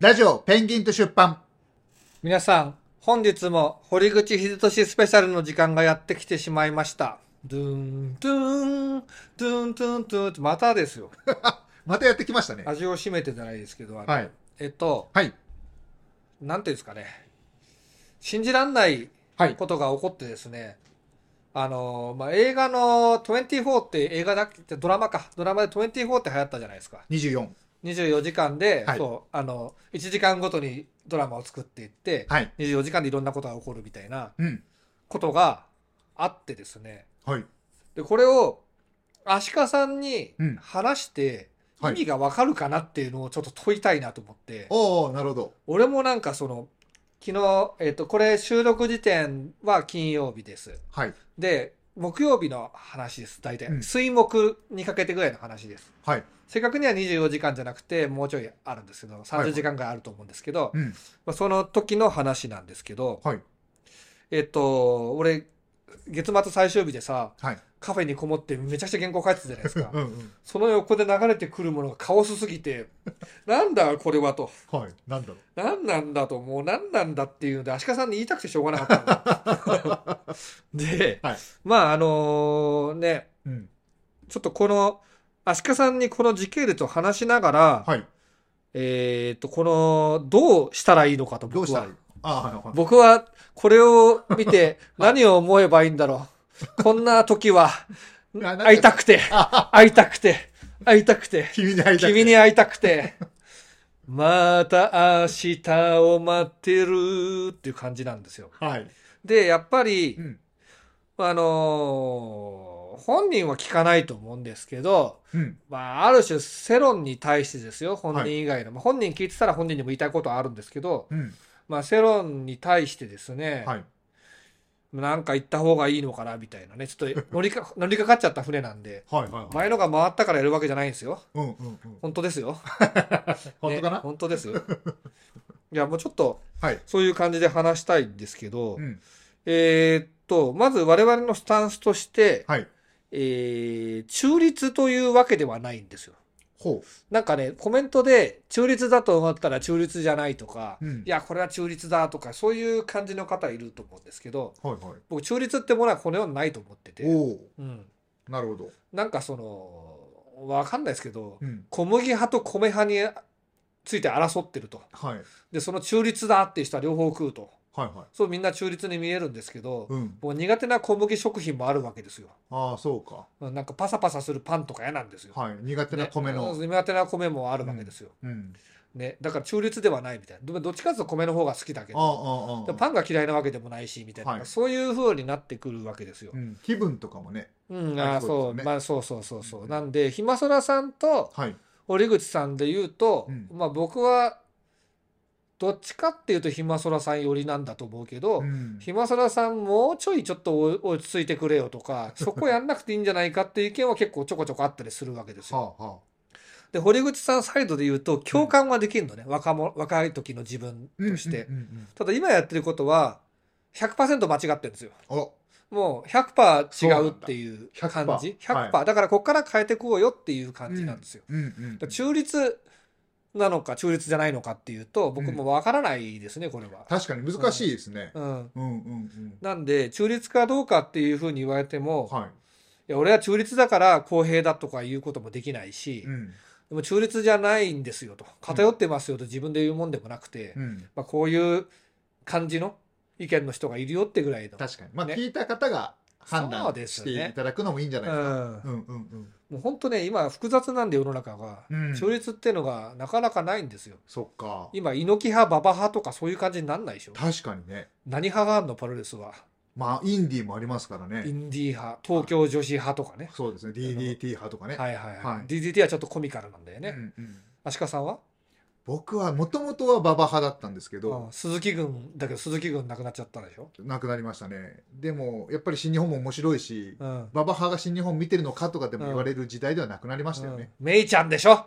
ラジオペンギンと出版皆さん、本日も堀口秀俊スペシャルの時間がやってきてしまいました。ドゥン、ドゥン、ドゥン、ドゥン、ドゥンってまたですよ。またやってきましたね。味を占めてじゃないですけど、あのはい。えっと、はい。なんていうんですかね。信じらんないはい。ことが起こってですね、あの、まあ、映画の24って映画だっけ、ドラマか。ドラマで24って流行ったじゃないですか。 24。 24時間で、はいそう、あの、1時間ごとにドラマを作っていって、はい。 24時間でいろんなことが起こるみたいな、うん。ことがあってですねはい。でこれを足利さんにうん話しては意い味がわかるかなっていうのをちょっと問いたいなと思って、おおなるほど。俺もなんかその昨日、えっとこれ収録時点は金曜日ですはい。で木曜日の話です大体、うん水木にかけてぐらいの話ですはい。正確には24時間じゃなくてもうちょいあるんですけどはいは30い時間ぐらいあると思うんですけど、うん。まあ、その時の話なんですけど、はい。えっと俺月末最終日でさ、はい。カフェにこもってめちゃくちゃ原稿書いてたじゃないです かうんうん。その横で流れてくるものがカオスすぎてなんだこれはとはい。なんだろう。何なんだともう何なんだっていうので足利さんに言いたくてしょうがなかったので、はいまああのね うん。ちょっとこの足利さんにこの時系列を話しながら、はい。えっとこのどうしたらいいのかとどうし僕たはらいいああ、はい。僕はこれを見 て何を思えばいいんだろうこんな時はなんか会いたくてあ会いたくて、会いたくて、君に会いたい。君に会いたくて、また明日を待ってるっていう感じなんですよ。はい。で、やっぱりう、ん。あのー本人は聞かないと思うんですけど、うん。まあ、ある種、世論に対してですよ、本人以外の。まあ本人聞いてたら本人にも言いたいことはあるんですけど、うん。まあ、世論に対してですね、はい。なんか言った方がいいのかな、みたいなね。ちょ っと乗りか、乗りかかっちゃった船なんで、はい。はい。はい。前のが回ったからやるわけじゃないんですよ。うん。うん。うん。本当ですよ。 本当かねな本当ですよ いやもうちょっとはい。そういう感じで話したいんですけど、うん。えーっとまず我々のスタンスとして、はい。えー中立というわけではないんですよほなんかねコメントで中立だと思ったら中立じゃないとか、う。うんい。やこれは中立だとかそういう感じの方いると思うんですけどはい。はい。僕中立ってものはこの世にないと思ってて、おおうん、なるほど。なんかそのわかんないですけどうん。小麦派と米派について争ってると。はい。でその中立だっていう人は両方食うとはい。はい。そうみんな中立に見えるんですけど、うん。もう苦手な小麦食品もあるわけですよああ、そうか。うんなんかパサパサするパンとか嫌なんですよ、はい。苦手な米ねの。苦手な米もあるわけですよ、うん。ね、だから中立ではないみたいなどどっちかというと米の方が好きだけああ、どああ、あであ。もパンが嫌いなわけでもないしみたいな、はいそういう風になってくるわけですよう、ん。気分とかもね。うんあーそそううですねまあそうそうそうそう、うんなんでひまそらさんとはい。堀口さんで言うと、うんまあ僕はどっちかっていうとひまそらさん寄りなんだと思うけど、うんひまそらさんもうちょいちょっとお落ち着いてくれよとかそこやんなくていいんじゃないかっていう意見は結構ちょこちょこあったりするわけですよ。 はあはで堀口さんサイドで言うと共感はできるのね、若も若い時の自分あ。として。うんうんうんただ今やってることは100%間違ってるんですよ。うんおもう100%違うっていうそうなん感だじ100%はだからこっから変えてこうよっていう感じなんですよ。うんうんだから中立なのか中立じゃないのかっていうと僕もわからないですねこれは。確かに難しいですね。うんうんうんうん。なんで中立かどうかっていうふうに言われても、い、はや俺は中立だから公平だとか言うこともできないし、い。うんでも中立じゃないんですよと偏ってますよと自分で言うもんでもなくて、うん。まあ、こういう感じの意見の人がいるよってぐらいの、確かに。まあね聞いた方が判そう断ですしねていただくのもいいんじゃないうですか。うん、んうんもう本当ね今複雑なんで世の中が、うん。うん中立っていうのがなかなかないんですよそっか。今猪木派馬場派とかそういう感じになんないでしょ確かにね。何派があるのパルレスはまあインディーもありますからイね。ンディー派東京女子派とかねそうですね。DDT 派とかね。はいはいはい、はい DDT はちょっとコミカルなんだよね、うんうん足利さんは、僕はもともとは馬場派だったんですけうど、ん、鈴木軍だけど鈴木軍なくなっちゃったでしょ、なくなりましたね。でもやっぱり新日本も面白いし、うん、馬場派が新日本見てるのかとかでも言われる時代ではなくなりましたよね。うんメイちゃんでし ょ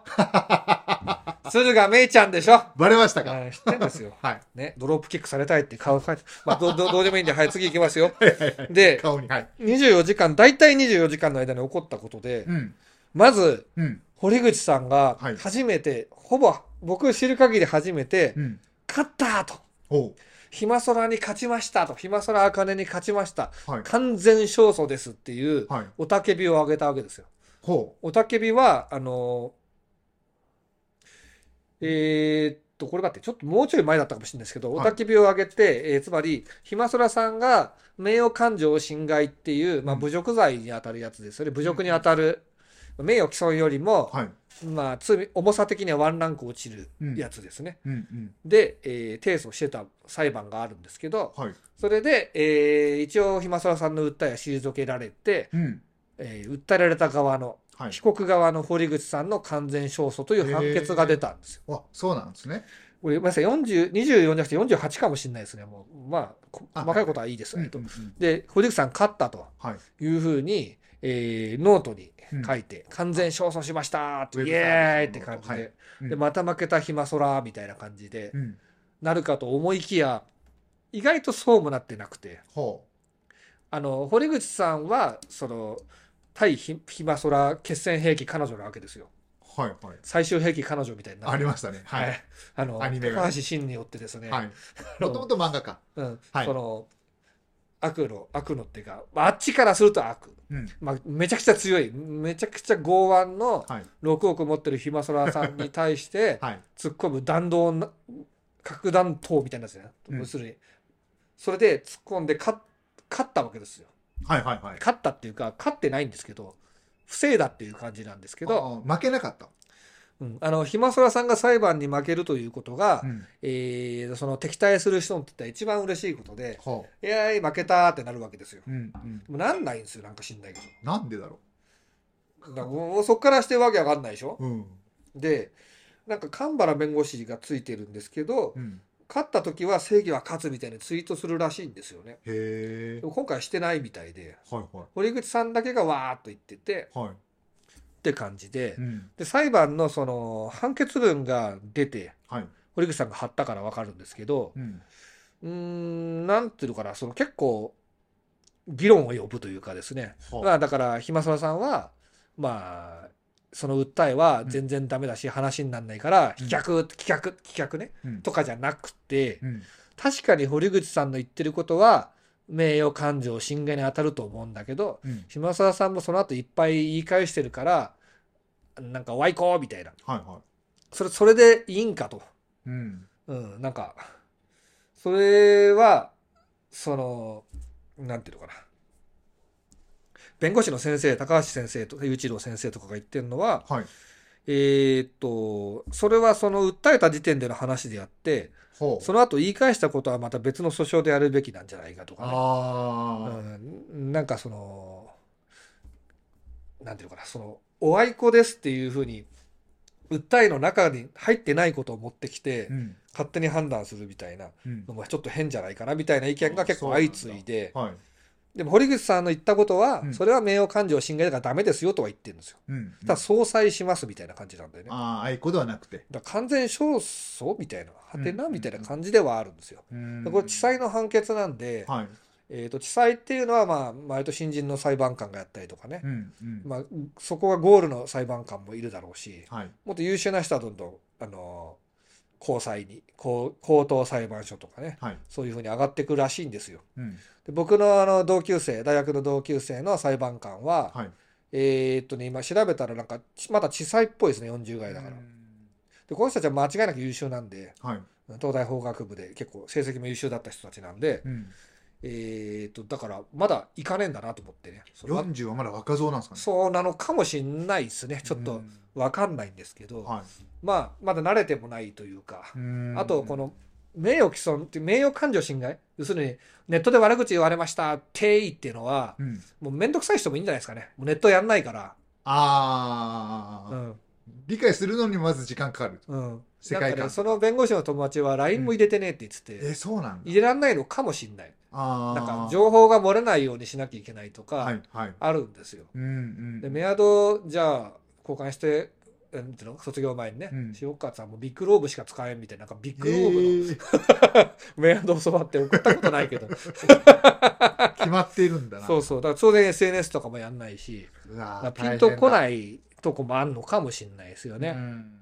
鶴がメイちゃんでしょバレましたかはい知ってんですよ、はい。ね、ドロップキックされたいって顔書いて、まあ、どう どうどうでもいいんで、はい、次行きますよはいはいはいで顔に。はい。 24時間大体24時間の間に起こったことでうん。まずうん。堀口さんがはい初めて、ほぼ僕知る限り初めて、うん。勝ったと。おうひまそらに勝ちましたと。ひまそらあかねに勝ちました。はい。完全勝訴ですっていう、はい。おたけびをあげたわけですよ。ほおたけびは、あのーえーっと、これ待って、ちょっともうちょい前だったかもしれないですけど、はいおたけびを上げて、えーつまり、ひまそらさんが名誉感情侵害っていう、まあ、うん侮辱罪に当たるやつですよね。侮辱に当たる、名誉毀損よりも、う。はい。まあ、罪、重さ的にはワンランク落ちるうん。やつですね。うんうん。で、えー提訴してた裁判があるんですけど、はい。それで、えー一応、ひまそらさんの訴えは退けられて、うん。えー訴えられた側のはい被。告側の堀口さんの完全勝訴という判決が出たんですよ。あ、そうなんですね。これごめんなさい、40 24じゃなくて48かもしれないですね。もう、まあ、こあ細かいことはいいです。うんえっとうんうんで、堀口さん勝ったとはい。いうふうに、えーノートにうん書いて、完全勝訴しましたって、ウェイブエサーイーっビてスの感ノートじはで、いうんで、また負けた暇空みたいな感じで、うん。なるかと思いきや、意外とそうもなってなくて、ほあの、堀口さんは、その、対ひ暇空決戦兵器彼女なわけですよ。う。はい。はい。最終兵器彼女みたいになってありましたね。ははいい。、あのアニメが高橋真によってですね、はい。もともと漫画家。うんはいその悪の悪のっていうか、まあ、あっちからすると悪、うん。まあ、めちゃくちゃ強いめちゃくちゃ剛腕のはい。 6億持ってるひまそらさんに対して はい。突っ込む弾道な核弾頭みたいなやつね、うん要するにそれで突っ込んで勝っ勝ったわけですよはい。はい。はい。勝ったっていうか勝ってないんですけど不正だっていう感じなんですけあど、あ負けなかった。うん、あのひまそらさんが裁判に負けるということが、うん。えーその敵対する人にとっては一番嬉しいことで、ほいやーい負けたーってなるわけですよ。う。うん。うん。でもなんないんですよ、なんか知んないけなんでだろど。だからもうそっからしてわけわかんないでしょ。う。うん。で、なんか神原弁護士がついてるんですけどう、ん。勝った時は正義は勝つみたいにツイートするらしいんですよね。へえで。も今回してないみたいで、はい。は堀口さんだけがわーっと言ってて、い。はい。って感じでう、ん。で、裁判のその判決文が出て、はい。堀口さんが貼ったからわかるんですけど、うん。うーん、なんていうのかな、その結構、議論を呼ぶというかですね。まはあだから、ひまそらさんは、まあ、その訴えは全然ダメだし、話にならないから、うん棄却、棄却、棄却ね、い。うんとかじゃなくて、うん。確かに堀口さんの言ってることは、名誉感情侵害に当たると思うんだけど、うん。ひまそらさんもその後いっぱい言い返してるから、なんか、わいこーみたいな。はい。はそれ、それでいいんかと。い。うん。うん、なんか、それは、その、なんていうのかな。弁護士の先生、高橋先生とか、雄一郎先生とかが言ってるのは、はい。えーっと、それはその訴えた時点での話であって、ほう。その後言い返したことはまた別の訴訟でやるべきなんじゃないかとかね。うあん、なんかその、なんていうのかな、その、お愛子ですっていうふうに、訴えの中に入ってないことを持ってきてあ。う、ん。勝手に判断するみたいなうんの。もちょっと変じゃないかなみたいな意見が結構相次いで、はい。でも堀口さんの言ったことは、うんそれは名誉感情侵害だからダメですよとは言ってるんですよ。うん。ただ、相殺しますみたいな感じなんだよね。だかああ、あいこではなくて。ら完全勝訴みたいな、はてなうんみたいな感じではあるんですよ。うんでこれ地裁の判決なんで、はい。えー、と地裁っていうのは、まあ、毎度新人の裁判官がやったりとかねう、ん。うん。まあ、そこがゴールの裁判官もいるだろうし、はい。もっと優秀な人はどんどん、あの高裁に高高等裁判所とかね、はい。そういうふうに上がってくるらしいんですよ。うん。で僕のあの同級生、大学の同級生の裁判官は、はい。えーっとね、今調べたらなんか、ちまだ小さいっぽいですね、40代だから。うんで、この人たちは間違いなく優秀なんで、はい。東大法学部で結構成績も優秀だった人たちなんで、うん。えーっと、だからまだ行かねえんだなと思ってね。そうま40はまだ若造なんですかね。そうなのかもしんないですね。ちょっとわかんないんですけうん。ど、はまあ、まだ慣れてもないというか。いうん。あと、この名誉毀損って名誉感情侵害要するに、ネットで悪口言われました、定位っていうのは、うん。もうめんどくさい人もいいんじゃないですかね。もうネットやんないから。あうあ、ん。理解するのにまず時間かかる。うん。世界観なんかねその弁護士の友達は LINE も入れてねえって言ってて、え、そうなんだ。入れらんないのかもしんない。ああ。なんか、情報が漏れないようにしなきゃいけないとはか、い、はい。あるんですよ。うん、うん。で、メアド、じゃあ、交換して、えなんていうの卒業前にねうん、塩川さんもビッグローブしか使えんみたいな、なんかビッグえローブのー、メアド教わって送ったことないけ ど、決まっているんだな。そうそう。だから当然 SNS とかもやんないし、うわだーからピンとこいないとこもあんのかもしんないですよね。うん。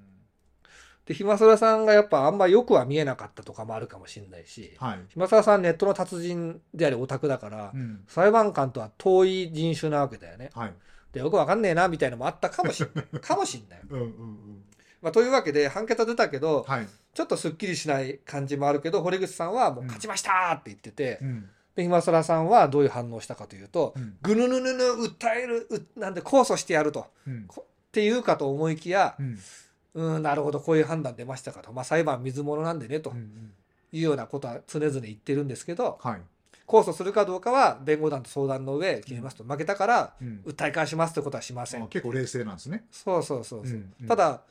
で、ひまそらさんがやっぱあんまよくは見えなかったとかもあるかもしれないし、はい。ひまそらさんネットの達人でありオタクだから、うん。裁判官とは遠い人種なわけだよね。はい。 で、よくわかんねえな、みたいなのもあったかもしんない。かもしんない。うんうんうん。まあ、というわけで、判決は出たけど、はい。ちょっとすっきりしない感じもあるけど、堀口さんはもう勝ちましたーって言ってて、うん。で、今更さんはどういう反応したかというと、うん。ぐぬぬぬぬ、訴える、うなんで控訴してやると。っうん。ていうかと思いきや、うん。うん、なるほど、こういう判断出ましたかと。まあ、裁判水物なんでね、とうんいうようなことは常々言ってるんですけど、はい。控訴するかどうかは弁護団と相談の上決めますと。負けたから、うん。訴え返しますってことはしませんあ。結構冷静なんですね。そうそうそうそうう。んうんただ、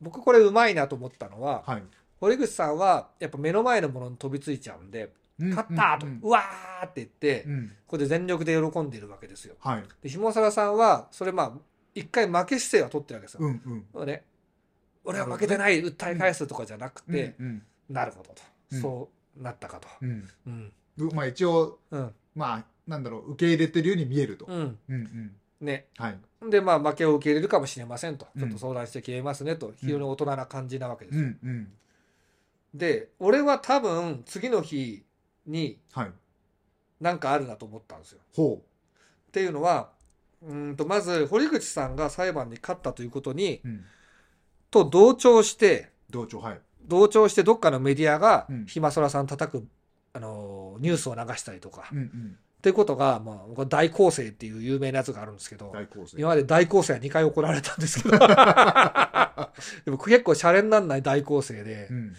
僕これうまいなと思ったのは、はい。堀口さんはやっぱ目の前のものに飛びついちゃうんで、勝ったーと、ううんわーって言って、うん。うんこれで全力で喜んでいるわけですよ。はい。で、ひもさらさんは、それまあ、一回負け姿勢は取ってるわけですよ。うんうん。ね、俺は負けてない、訴え返すとかじゃなくて、うんなるほどと、うんそうなったかと。うん。うん。うん。まあ一応、うん。まあ、なんだろう、受け入れてるように見えると。うん。うんうん。ね。はい。で、まあ、負けを受け入れるかもしれませんと。うんちょっと相談して決めますねと。非常に大人な感じなわけですうよ。んうん。で、俺は多分、次の日にはい。なんかあるなと思ったんですよ。ほっていうのは、うーんと、まず、堀口さんが裁判に勝ったということに、う。うん。と同調して、同調、はい。同調してどっかのメディアがうん、ひまそらさん叩く、あのー、ニュースを流したりとか、うんうん。っていうことが、まあ、僕は大構成っていう有名なやつがあるんですけど、大構成。今まで大構成は2回怒られたんです けど、でも結構シャレになんない大構成でう、ん。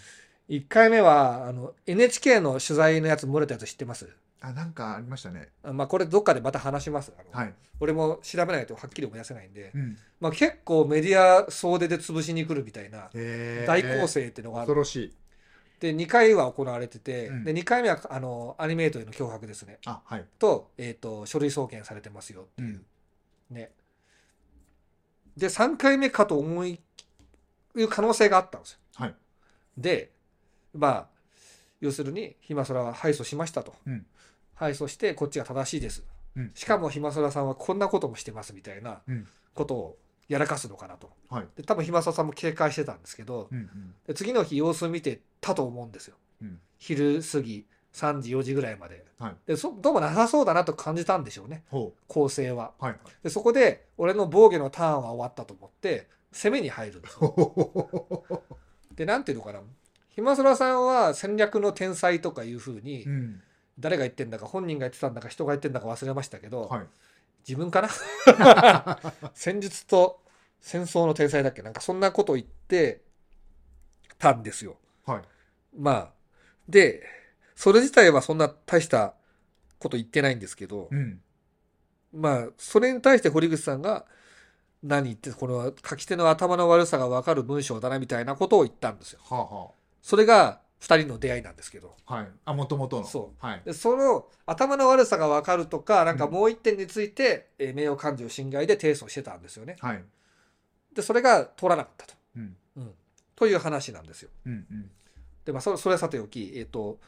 1回目は、あの、NHK の取材のやつ漏れたやつ知ってますあ、なんかありましたね。あまあ、これどっかでまた話します。あのはい。俺も調べないとはっきり思い出せないんで、うん。まあ、結構メディア総出で潰しに来るみたいなへー大構成っていうのがあ恐る。ろしい。で、2回は行われてて、うんで、2回目は、あの、アニメートへの脅迫ですね。あ、はい。と、えっ、と、書類送検されてますよっていう。ね。で、3回目かと思い、いう可能性があったんですよ。はい。で、まあ、要するに、ひまそらは敗訴しましたと。うん敗訴して、こっちが正しいです。うん。しかも、ひまそらさんはこんなこともしてますみたいなうんことをやらかすのかなと。はい。で、多分、ひまそらさんも警戒してたんですけど、うんうん。で次の日様子見てたと思うんですよ、うん昼過ぎ3時4時ぐらいまで,、はいでそどうもなさそうだなと感じたんでしょうねほ構成はう。はい。でそこで俺の防御のターンは終わったと思って攻めに入るんですほよほほほでなんていうのかなひまそらさんは戦略の天才とかいう ふうにうん。誰が言ってんだか本人が言ってたんだか人が言ってんだか忘れましたけど、はい。自分かな 戦術と戦争の天才だっけなんかそんなこと言ってたんですよはい。まあ、で、それ自体はそんな大したこと言ってないんですけどう、ん。まあ、それに対して堀口さんが、何言って、これは書き手の頭の悪さがわかる文章だなみたいなことを言ったんですよ。はあはそれが二人の出会いなんですけど。あ。はい。あ、もともとの。。そうはい。でその頭の悪さがわかるとか、なんかもう一点について、えー名誉感情侵害で提訴してたんですよね。はい。で、それが通らなかったと。うん。うん。という話なんですよ。うんうん。で、まあ、それそれはさておき、えっ、と、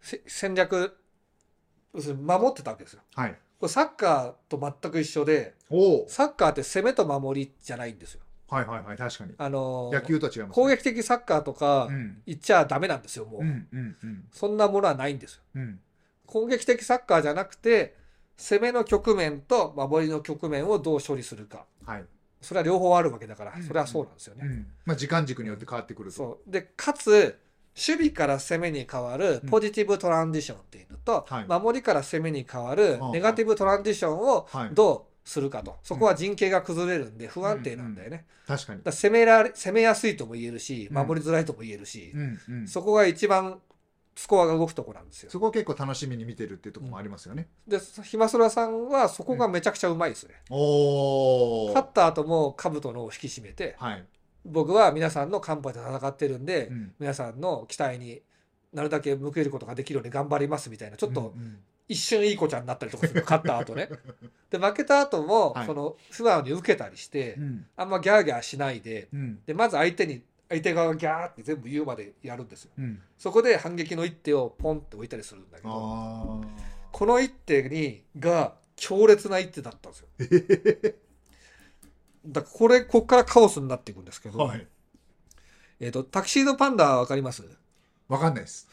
せ戦略、要するに守ってたわけですよ。はい。これサッカーと全く一緒で、おお。サッカーって攻めと守りじゃないんですよ。はいはいはい。確かに。あのー野球とは違いますね。攻撃的サッカーとかうん。言っちゃダメなんですよ、もう。うんうんうんそんなものはないんですよ。うん。攻撃的サッカーじゃなくて、攻めの局面と守りの局面をどう処理するか。はい。それは両方あるわけだからう、んそれはそうなんですようね。ん。まあ時間軸によって変わってくると。そう。で、かつ、守備から攻めに変わるうんポジティブトランジションっていうのと、はい守りから攻めに変わるああネガティブトランジションをはい。どうするかと。そこは陣形が崩れるんで不安定なんだよね。確かにだか。ら攻められ、攻めやすいとも言えるし、うん守りづらいとも言えるしう、んうん。そそこが一番スコアが動くとこなんですよ。こ結構楽しみに見てるっていうところもありますよね。で、ひまそらさんはそこがめちゃくちゃうまいですね。おお。勝った後も兜のを引き締めて、はい。僕は皆さんのカンパで戦ってるんでう、ん。皆さんの期待になるだけ報いることができるように頑張りますみたいな、ちょっとうんうん一瞬いい子ちゃんになったりとかするの、勝った 後ね。で、負けた後もは、いその、素直に受けたりしてう、ん。あんまギャーギャーしないで、うん。で、まず相手に、相手側がギャーって全部言うまでやるんですよ。うん。そこで反撃の一手をポンって置いたりするんだけど、あこの一手にが強烈な一手だったんですよ。だからこれ、こっからカオスになっていくんですけあ。ど、はい。えっ、と、タキシードパンダわかりますわかんないです。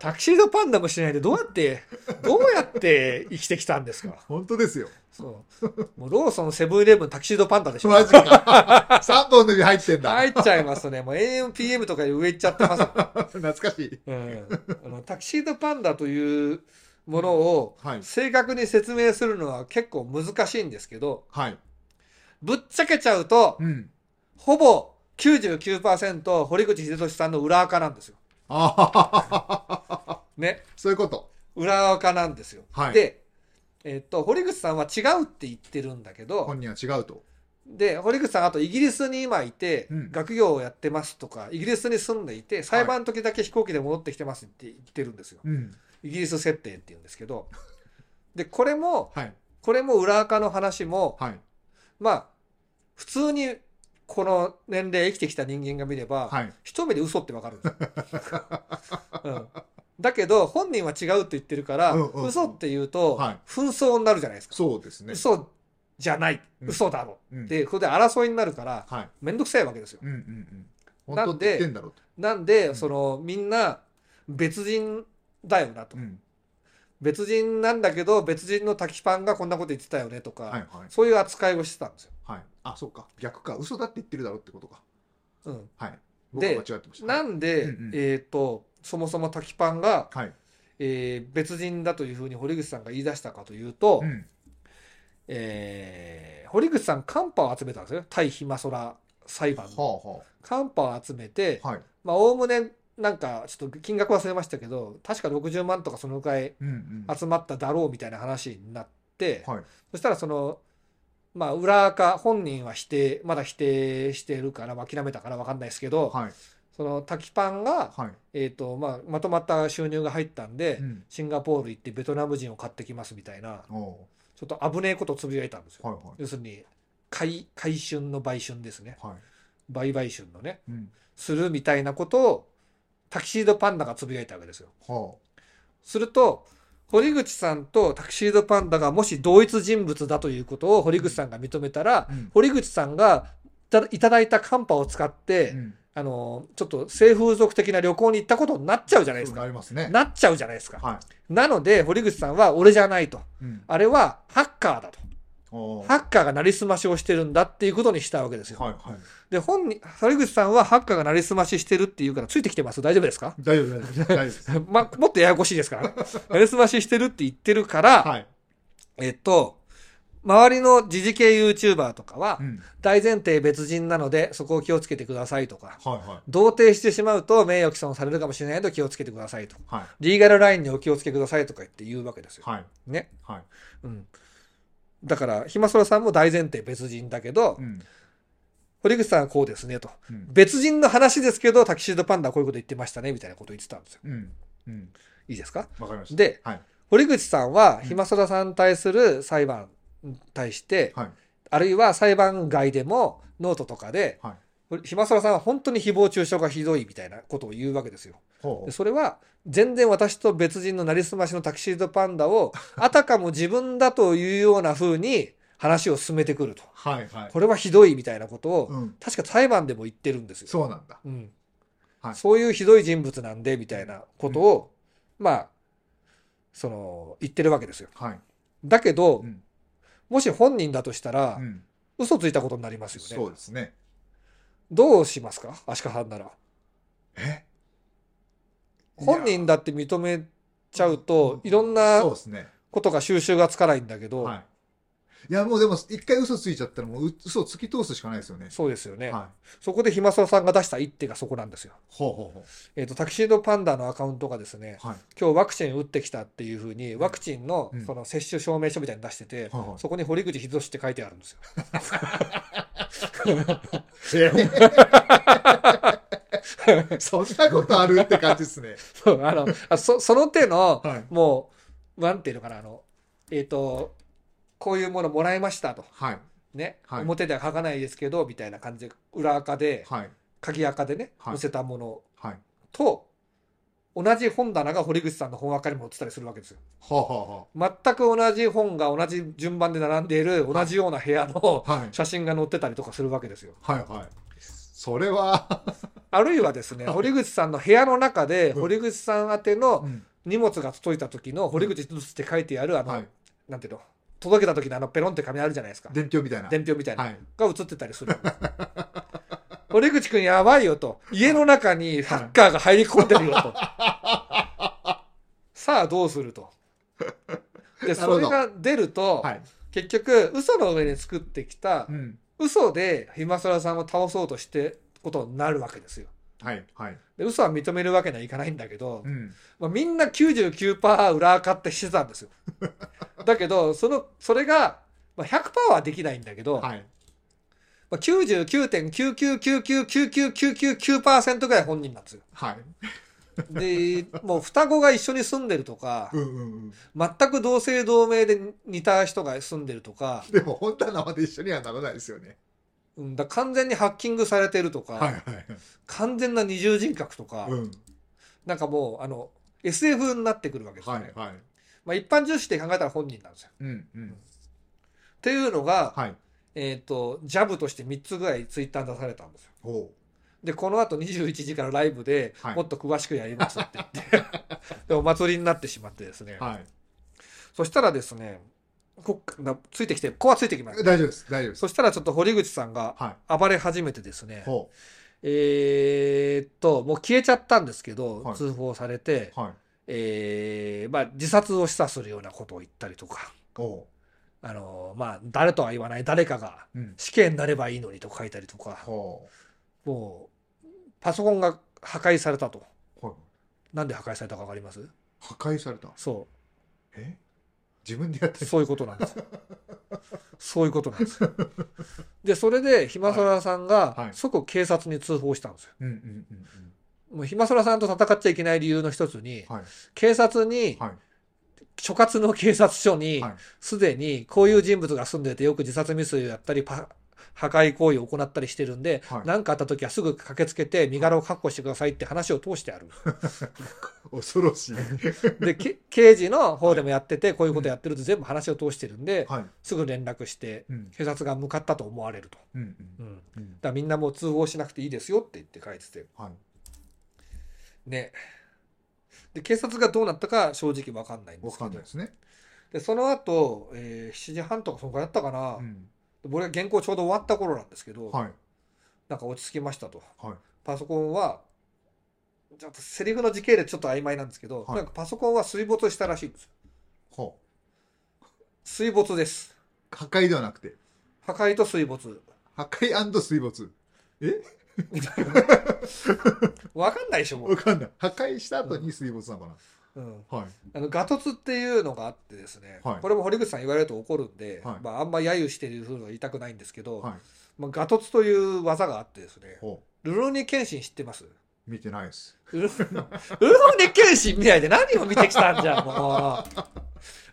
タキシードパンダもしないでどうやって、どうやって生きてきたんですか本当ですよ。そう。もうローソン、セブンイレブン、タキシードパンダでしょマジか。3本の指入ってんだ。入っちゃいますね。もう AMPM とかより上行っちゃってます。懐かしい。うん、あのタキシードパンダというものをはい。正確に説明するのは結構難しいんですけど、はい。ぶっちゃけちゃうと、うん。ほぼ99%堀口秀俊さんの裏垢なんですよ。ああ、ね。そういうこと。裏垢なんですよ。はいで、えっと、堀口さんは違うって言ってるんだけど、本人は違うと。で、堀口さんあとイギリスに今いて、うん学業をやってますとか、イギリスに住んでいて、裁判の時だけ飛行機で戻ってきてますって言ってるんですよ。うん。イギリス設定って言うんですけど、で、これも、はい。これも裏垢の話も、はい。まあ、普通にこの年齢生きてきた人間が見れば、はい。一目で嘘ってわかるんですよ、うんだけど、本人は違うって言ってるから、うんうんうん嘘って言うと、はい紛争になるじゃないですか。そうですね。嘘じゃない、うん嘘だろ。うんで、これで争いになるから、はい。めんどくさいわけですよ。うんうんうん。本な当っんでて言ってんだろうと。なんで、うんその、みんな、別人だよなと。うん。別人なんだけど、別人の滝パンがこんなこと言ってたよねとか、はいはい。そういう扱いをしてたんですよ。はい。あ、そうか。逆か。嘘だって言ってるだろうってことか。うんはい。僕はで間違ってました。なはいんで、うんうんえっ、と、そもそも滝パンが、はい。えー別人だというふうに堀口さんが言い出したかというと、うん。えー堀口さん、カンパを集めたんですよ。対ヒマソラ裁判はの。カンパを集めてあ、はあ。はい。まあ、おおむね、なんか、ちょっと金額忘れましたけど、確か60万とかそのくらいうんうん。集まっただろうみたいな話になって、はい。そしたらその、まあ、裏垢、本人は否定、まだ否定してるから、まあ諦めたから分かんないですけど、はい。その、滝パンが、はい。えっ、と、まあ、まとまった収入が入ったんで、うん。シンガポール行ってベトナム人を買ってきますみたいな、おおちょっと危ねえことをつぶやいたんですよ。はいはい。要するに、買い、買春の売春ですね。はい。売買春のね、うん。するみたいなことを、タキシードパンダがつぶやいたわけですよ。はすると、堀口さんとタキシードパンダがもし同一人物だということを堀口さんが認めたらあ。、うん。堀口さんがいたいただいたカンパを使って、うんあの、ちょっと性風俗的な旅行に行ったことになっちゃうじゃないですそうか。なりますね。なっちゃうじゃないですか。はなので、堀口さんは俺じゃないと。い。うん。あれはハッカーだと。おーハッカーがなりすましをしてるんだっていうことにしたわけですよ。はいはい。で、本人、堀口さんはハッカーがなりすまししてるっていうからついてきてます。大丈夫で すか大丈夫、大丈夫、大丈夫 です。まあ、もっとややこしいです からね。なりすまししてるって言ってるから、はい。えっと、周りの時事系 YouTuber とかはう、ん。大前提別人なのでそこを気をつけてくださいとか、はいはい。同定してしまうと名誉毀損されるかもしれないので気をつけてくださいと。はい。リーガルラインにお気をつけくださいとか言って言うわけですよ。はい。ね。はい。うん。だから、ひまそらさんも大前提別人だけどう、ん。堀口さんはこうですねと。うん。別人の話ですけど、タキシードパンダはこういうこと言ってましたねみたいなこと言ってたんですよ。うん。うん。いいですかわかりました。で、はい。堀口さんは、うんひまそらさんに対する裁判に対して、はい。あるいは裁判外でもノートとかで、はい。ひまそらさんは本当に誹謗中傷がひどいみたいなことを言うわけですよ。ほでう。それは全然私と別人のなりすましのタキシードパンダをあたかも自分だというような風に話を進めてくると。はいはい。これはひどいみたいなことを、うん。確か裁判でも言ってるんですよ。そうなんだ。うんはいそういうひどい人物なんでみたいなことを、まあその言ってるわけですよ。はい。だけど、うん。もし本人だとしたら、うん。嘘ついたことになりますよね。そうですね。どうしますか足利さんなら。え本人だって認めちゃうと、やいろんなそうですね。ことが収集がつかないんだけど、はい。いや、もうでも、一回嘘ついちゃったら、もうう嘘を突き通すしかないですよね。そうですよね。はい。そこでひまそらさんが出した一手がそこなんですよ。ほうほうほえっ、と、タキシードパンダのアカウントがですね、う。はい。今日ワクチン打ってきたっていうふうに、ワクチンのうんその接種証明書みたいに出してて、はいはいそこに堀口秀俊って書いてあるんですよ。そんなこと あるって感じですね。そう あのあそその手の、はい。もう、なんていうのかな、あの、えっ、と、こういうものもらいましたと。はい。ね、はい表では書かないですけどみたいな感じで裏垢ではい。鍵垢でねはい載せたものはい。と同じ本棚が堀口さんの本垢にも載ってたりするわけですよほうほ全く同じ本が同じ順番で並んでいる同じような部屋のうほう。はい。写真が載ってたりとかするわけですよはいはい。それは、あるいはですね、堀口さんの部屋の中で、うん堀口さん宛てのうん荷物が届いた時の、堀口一つって書いてある、あの、はい、なんていうの、届けた時のあのペロンって紙あるじゃないですか。伝票みたいな。伝票みたいな。はい。が映ってたりする。堀口くんやばいよと。家の中にハッカーが入り込んでるよと。 さあどうすると。なで、るそほどれが出ると、はい。結局、嘘の上に作ってきたう、ん。嘘でひまそらさんを倒そうとしてことになるわけですよ。はい。はい。で、嘘は認めるわけにはいかないんだけど、うん。まあ、みんな99%裏垢ってしてたんですよ。だけど、その、それが、まあ、100%はできないんだけど、はい。まあ、99.999999999%ぐらい本人なんですよ。はい。で、もう双子が一緒に住んでるとかう、んうんうん。全く同姓同名で似た人が住んでるとか、でも、本当は生で一緒にはならないですよね。うん、だ完全にハッキングされてるとか、はいはい。完全な二重人格とか、うん。なんかもう、あの、SF になってくるわけですよはね。いはい。まあ、一般重視で考えたら本人なんですよ。うんうん。っていうのが、はい。えっ、と、ジャブとして3つぐらいツイッターに出されたんですよ。ほで、この後21時からライブではいもっと詳しくやりますって 言って、で、お祭りになってしまってですね。う。はい。そしたらですね、こっなついてきて、ここはついてきます。大丈夫です。大丈夫です。そしたらちょっと堀口さんがは暴れ始めてですねい。、ほえーっと、もう消えちゃったんですけど、はい通報されて、う。はい。えーまあ、自殺を示唆するようなことを言ったりとか、ほあのまあ、誰とは言わない誰かがう。うん。死刑になればいいのにと書いたりとか、ほもう、パソコンが破壊されたと。う。はい。なんで破壊されたかわかります破壊された。そえ自分でやっう。てそういうことなんです。そういうことなんです。で、それで、ひまそらさんはいはがい即警察に通報したんですよ。うんうんうんうん。もうひまそらさんと戦っちゃいけない理由の一つに、はい。警察に、はい。所轄の警察署にはい、すでにこういう人物が住んでてよく自殺未遂をやったり、パ破壊行為を行ったりしてるんで、はい何かあった時はすぐ駆けつけて身柄を確保してくださいって話を通してある。恐ろしい。で、け刑事の方でもやってて、こういうことやってると全部話を通してるんで、はい。すぐ連絡して、うん警察が向かったと思われると。うんううんん。だかうん。らみんなもう通報しなくていいですよって言って書いてて。はい。ね。で、警察がどうなったか正直わかんないんでわすけかど。んないですね。で、その後、えー7時半とかそのくらいだったかな。うん。僕が原稿ちょうど終わった頃なんですけど、はい。なんか落ち着きましたと。はい。パソコンは、ちょっとセリフの時系列ちょっと曖昧なんですけど、はいなんかパソコンは水没したらしいんですよ。ほう。水没です。破壊ではなくて、破壊と水没。破壊水没。 わかんないでしょ、もわう。かんない。破壊した後に水没なのかうん、な。はい。あのガトツっていうのがあってですね、はいこれも堀口さん言われると怒るんで、はいまあ、あんま揶揄してるふうには言いたくないんですけど、はい。まあ、ガトツという技があってですね、ほルローニケンシン知ってますう。見てないです。ルロ ーニケンシンみたいで何を見てきたんじゃん、もう。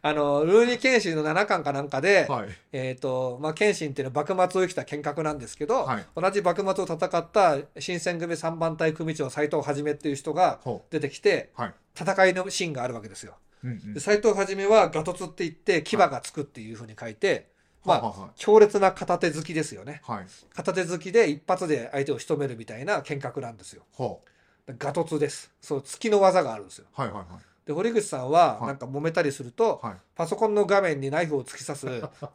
あの、ルローニケンシンの7巻かなんかで、はい。えっ、と、まあ、謙信っていうのは幕末を生きた剣客なんですけど、はい。同じ幕末を戦った新選組三番隊組長斎藤はじめっていう人がほ出てきて、はい戦いのシーンがあるわけですよ。う。うんうんで。斎藤はじめはガトツって言って牙がつくっていうふうに書いて、まあはいは強烈な片手突きですよね。いはい。はい。片手突きで一発で相手を仕留めるみたいな剣客なんですよ。ほガトツです。そう、突きの技があるんですよ。う。はいはいはで、堀口さんははいなんか揉めたりすると、い。はい。パソコンの画面にナイフを突き刺す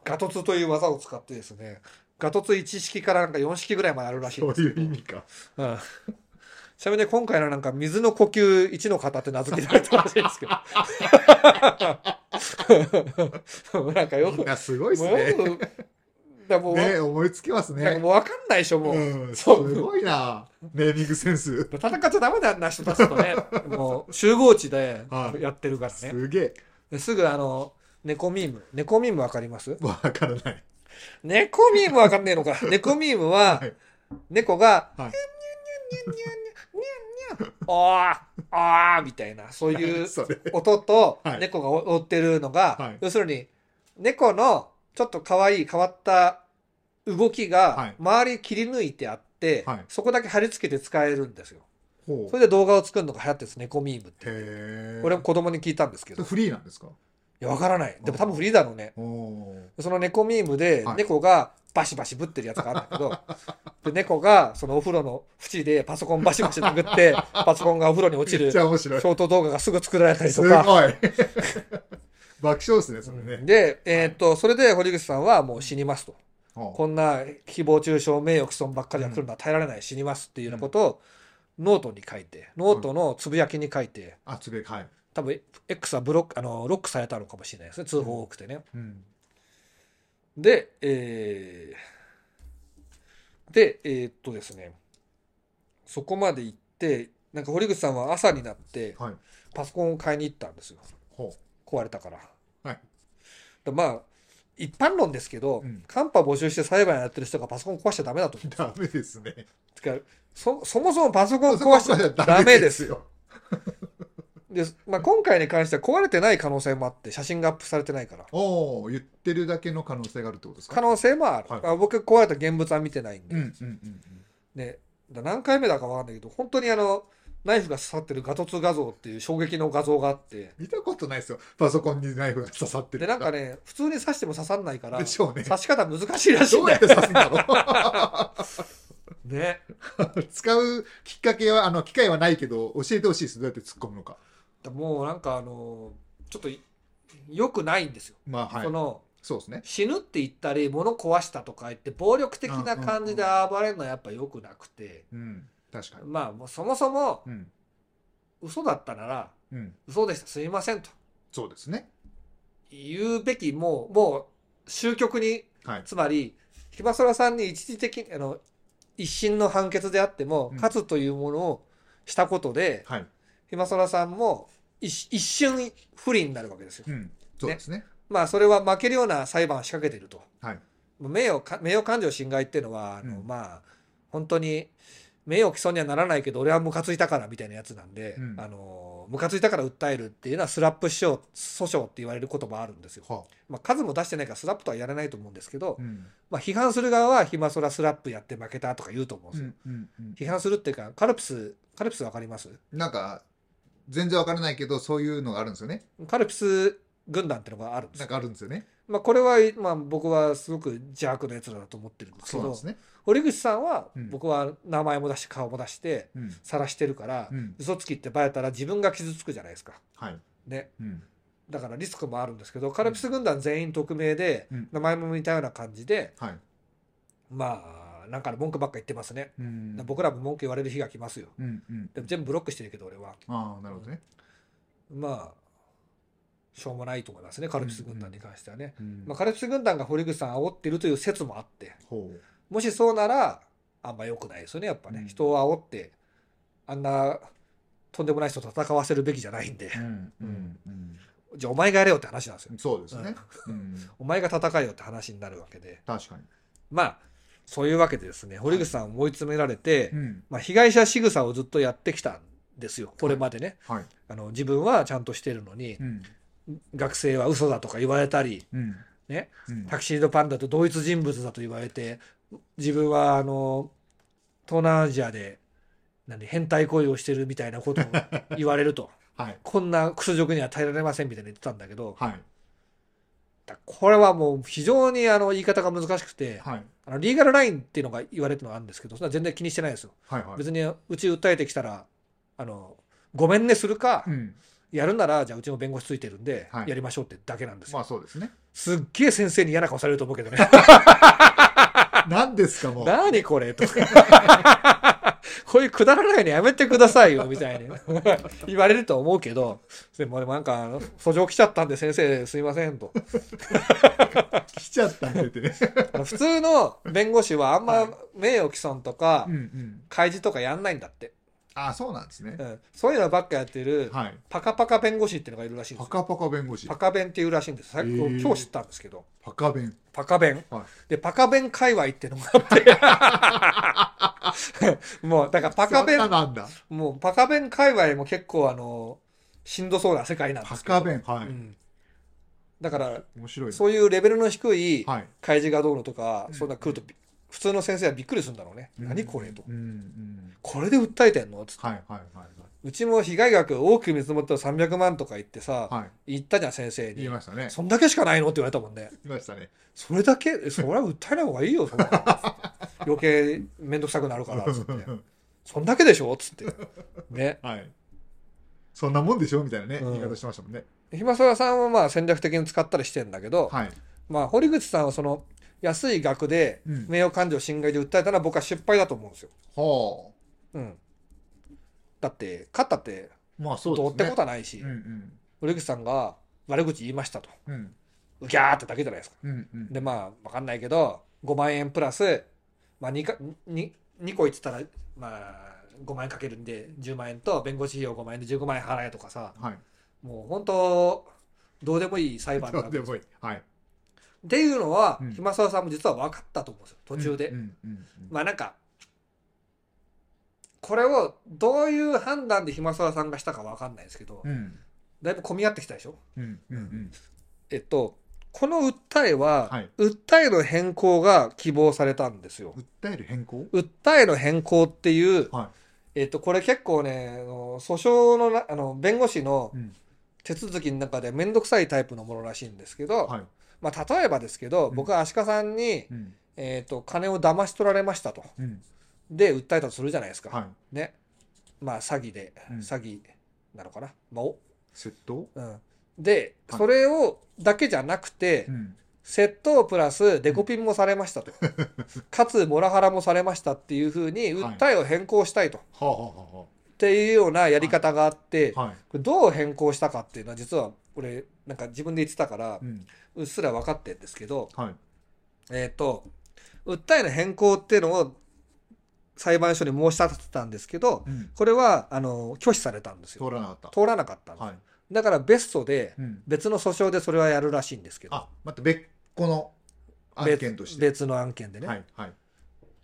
ガトツという技を使ってですね、ガトツ1式からなんか4式ぐらいまであるらしい んそでうすけいどう意味か。うんちなみに今回のなんか水の呼吸1の型って名付けられたらしいんですけ ど。なんかよく、いもや、すごういですね。よくだからもう、ね思いつきますなんかね。もうわかんないでしょ、もう。うん。すそうごいな。ネーミングセンス。戦っちゃダメだよあんな人たちと ね。もう集合地ではいやってるからね。すげえ。ですぐあの、猫ミーム。猫ミームわかりますわからない。猫ミームわかんね えのか。猫ミームははい、猫が、はいおー、おーみたいな、そういう それ。音とはい猫が追ってるのはがい、要するに、猫のちょっと可愛い変わった動きはがい、周り切り抜いてあってはい、そこだけ貼り付けて使えるんですよ。ほ。そうれで動画を作るのが流行ってるんです、猫ミームって。へえ。俺も子供に聞いたんですけそれど、フリーなんですかいや、わからない。でも多分フリーダのね、おおその猫ミームではい猫がバシバシぶってるやつがあったけど、 で猫がそのお風呂の縁でパソコンバシバシ殴って、パソコンがお風呂に落ちめるっちショゃ面白い。ート動画がすぐ作られたりすごとい。か。 爆笑ですね、それね。で、えーっと、それで堀口さんはもう死にますと。おこんな誹謗中傷、名誉毀損ばっかりが来るのは耐えられない、死にますっていうようなことをノートに書いて、ノートのつぶやきに書いて、あ、つべ、はい。多分 X はブロックあのロックされたのかもしれないですね、通報多くてね。うん。で、えーで、えーっとですね、そこまで行って、なんか堀口さんは朝になって、はい。パソコンを買いに行ったんですよ、ほ壊れたから。はいでまあ、一般論ですけど、うんカンパ募集して裁判やってる人がパソコン壊しちゃダメだと思うう。 ダメですね。てかそそもそもパソコン壊しちゃダメですよ。よ。でまあ、今回に関しては壊れてない可能性もあって写真がアップされてないからおお、言ってるだけの可能性があるってことです可か。能性もある、はいまあ、僕壊れた現物は見てないんで、うん、うん、うん。ね、だ何回目だか分かんないけど本当にあのナイフが刺さってるガトツ画像っていう衝撃の画像があって見たことないですよ。パソコンにナイフが刺さってる。でなんかね普通に刺しても刺さんないからでしょうね。刺し方難しいらしいどんうやだってよ刺すんだろねう。使うきっかけは、あの、機会はないけど、教えてほしいです。どうやって突っ込むのか。だもうなんかあのちょっと良くないんですよ、まあ、はいそ。のそうですね。死ぬって言ったり物壊したとか言って暴力的な感じで暴れるのはやっぱ良くなくて、うん。確かに。まあもうそもそもうん。嘘だったならうん。嘘でしたすいませんとそうですね。言うべきもうもう終局にはい。つまりひばそらさんに一時的にあの一審の判決であってもうん勝つというものをしたことで、はい。ひばそらさんも一一瞬不利になるわけですよ。うん。そうですね。まあそれは負けるような裁判を仕掛けていると。はい。名誉か名誉感情侵害っていうのはあの、うんまあ本当に名誉毀損にはならないけど俺はムカついたからみたいなやつなんで、うんあのムカついたから訴えるっていうのはスラップ訴訟訴訟って言われることもあるんですよ。はまあ、数も出してないからスラップとはやらないと思うんですけど、あ。うん。まあ、批判する側は「ひまそらスラップやって負けた」とか言うと思ううんですよ。ん。うん。うん。批判するっていうかカルピスカルピスわかりますなんか、全然わからないけど、そういうのがあるんですよね。カルピス軍団ってのがあるんですなんよ。かあるんですよね。まあ、これは、まあ、僕はすごく邪悪なやつらだと思ってるんですけそうなんどですね。堀口さんはうん僕は名前も出して顔も出してうん。晒してるから、うん。嘘つきってバレたら自分が傷つくじゃないですか。はい。ね、うん。だからリスクもあるんですけどカルピス軍団全員匿名で、うん名前も似たような感じではい。まあなんか文句ばっか言ってますね、うん。僕らも文句言われる日が来ますようん。うん。でも全部ブロックしてるけど俺はああ、なるほどね。まあしょうもないと思いますねカルピス軍団に関してはね、うんまあ、カルピス軍団が堀口さんを煽ってるという説もあってほう。もしそうならあんま良くないですよねやっぱね、うん人を煽ってあんなとんでもない人と戦わせるべきじゃないんで、うん。うん。うん。じゃあお前がやれよって話なんですよそうですね。うん。お前が戦えよって話になるわけで確かに。まあそういうわけでですね堀口さんを追い詰められて、うん。まあ、被害者仕草をずっとやってきたんですよこれまでね、はい。あの自分はちゃんとしてるのに、うん。学生は嘘だとか言われたりうん。ねうん。タキシードパンダと同一人物だと言われて自分はあの東南アジアで何変態行為をしてるみたいなことを言われ るとはい。こんな屈辱には耐えられませんみたいな言ってたんだけどはい。だこれはもう非常にあの言い方が難しくてはい。あのリーガルラインっていうのが言われてるのがあるんですけどそれは全然気にしてないですよはい。はい。別にうち訴えてきたらあのごめんねするかうん。やるならじゃあうちの弁護士ついてるんではいやりましょうってだけなんですよまあそうですね。すっげえ先生に嫌な顔されると思うけどね 何ですかもう。何これとか。 こういうくだらないのやめてくださいよ、みたいに 言われると思うけど、でもでもなんか、あの訴状来ちゃったんで先生すいませんと。 来ちゃったんでってね。あの普通の弁護士はあんはまい名誉毀損とか うん。うん。開示とかやんないんだって。 ああ、そうなんですねう。んそういうのばっかやってるはい。パカパカ弁護士っていうのがいるらしいんでパすよ。カパカ弁護士。パカ弁っていうらしいんです。さっきへー今日知ったんですけど。パカ弁。パカ弁、はいでパカ弁界隈っていうのがあって もうだからパカ弁そんななんだ。もうパカ弁界隈も結構あのしんどそうな世界なんでパすけどカ弁。はうい。ん、だから面白いね。そういうレベルの低いはい。開示がどうのとか、うんそんな食うとび普通の先生はびっくりするんだろうね。うん何これと。うんうんこれで訴えてんのつってはいはいはうちも被害額多く見積もったら300万とか言ってさ、いはいはい言ったじゃん先生言いに。ましたねそんだけしかないのって言われたもんね。言いましたねそれだけえそれは訴えない方がいいよ、そんなの 余計めんどくさくなるから、つって。そんだけでしょつって。ね。はいそんなもんでしょみたいなねうん言い方してましたもんねひまそらさんはまあ戦略的に使ったりしてんだけど、はいまあ堀口さんはその安い額でうん名誉感情侵害で訴えたのは僕は失敗だと思うんですよ。はうん。だって、勝ったってあまあそうですどねうってことはないし、うんうん堀口さんが悪口言いましたと。うんうぎゃーってだけじゃないですか。うんうんで、まあ、わかんないけど、5万円プラス、まあ2か、2, 2個言ってたら、まあ、5万円かけるんで10万円と弁護士費用5万円で15万円払えとかさ、はいもう本当、どうでもいい裁判だどっうてでっもいいはいていうのはうん、暇沢さんも実は分かったと思うんですよ、途中でう。んうんうんまあなんか、これをどういう判断で暇沢さんがしたか分かんないですけど、うんだいぶ混み合ってきたでしょうんうんうんえっと、この訴えは、はい訴えの変更が希望されたんですよ。訴える変更訴えの変更っていう、はえっと、これ結構ね、あの訴訟のなあの、弁護士のうん手続きの中でめんどくさいタイプのものらしいんですけど、はいまあ、例えばですけど、うん僕は足利さんに、うんえっと、金を騙し取られましたと。うんで、訴えたとするじゃないですか。はいね。まあ、詐欺で、うん詐欺なのかな。まあ、お窃盗うん。で、はいそれを、だけじゃなくて、うん窃盗プラスデコピンもされまし たと、かつモラハラもされましたっていうふうにはい訴えを変更したいと、はあはあはっていうようなやり方があって、あはあはいこれどう変更したかっていうのは実は俺なんか自分で言ってたからうんうっすら分かってるんですけど、はいえっと訴えの変更っていうのを裁判所に申し立てたんですけどうんこれはあの拒否されたんですよ通らなかっ通らなかったんでたす、はいだから別訴でうん別の訴訟でそれはやるらしいんですけどあまた別個の案件として別別の案件でね、はいはい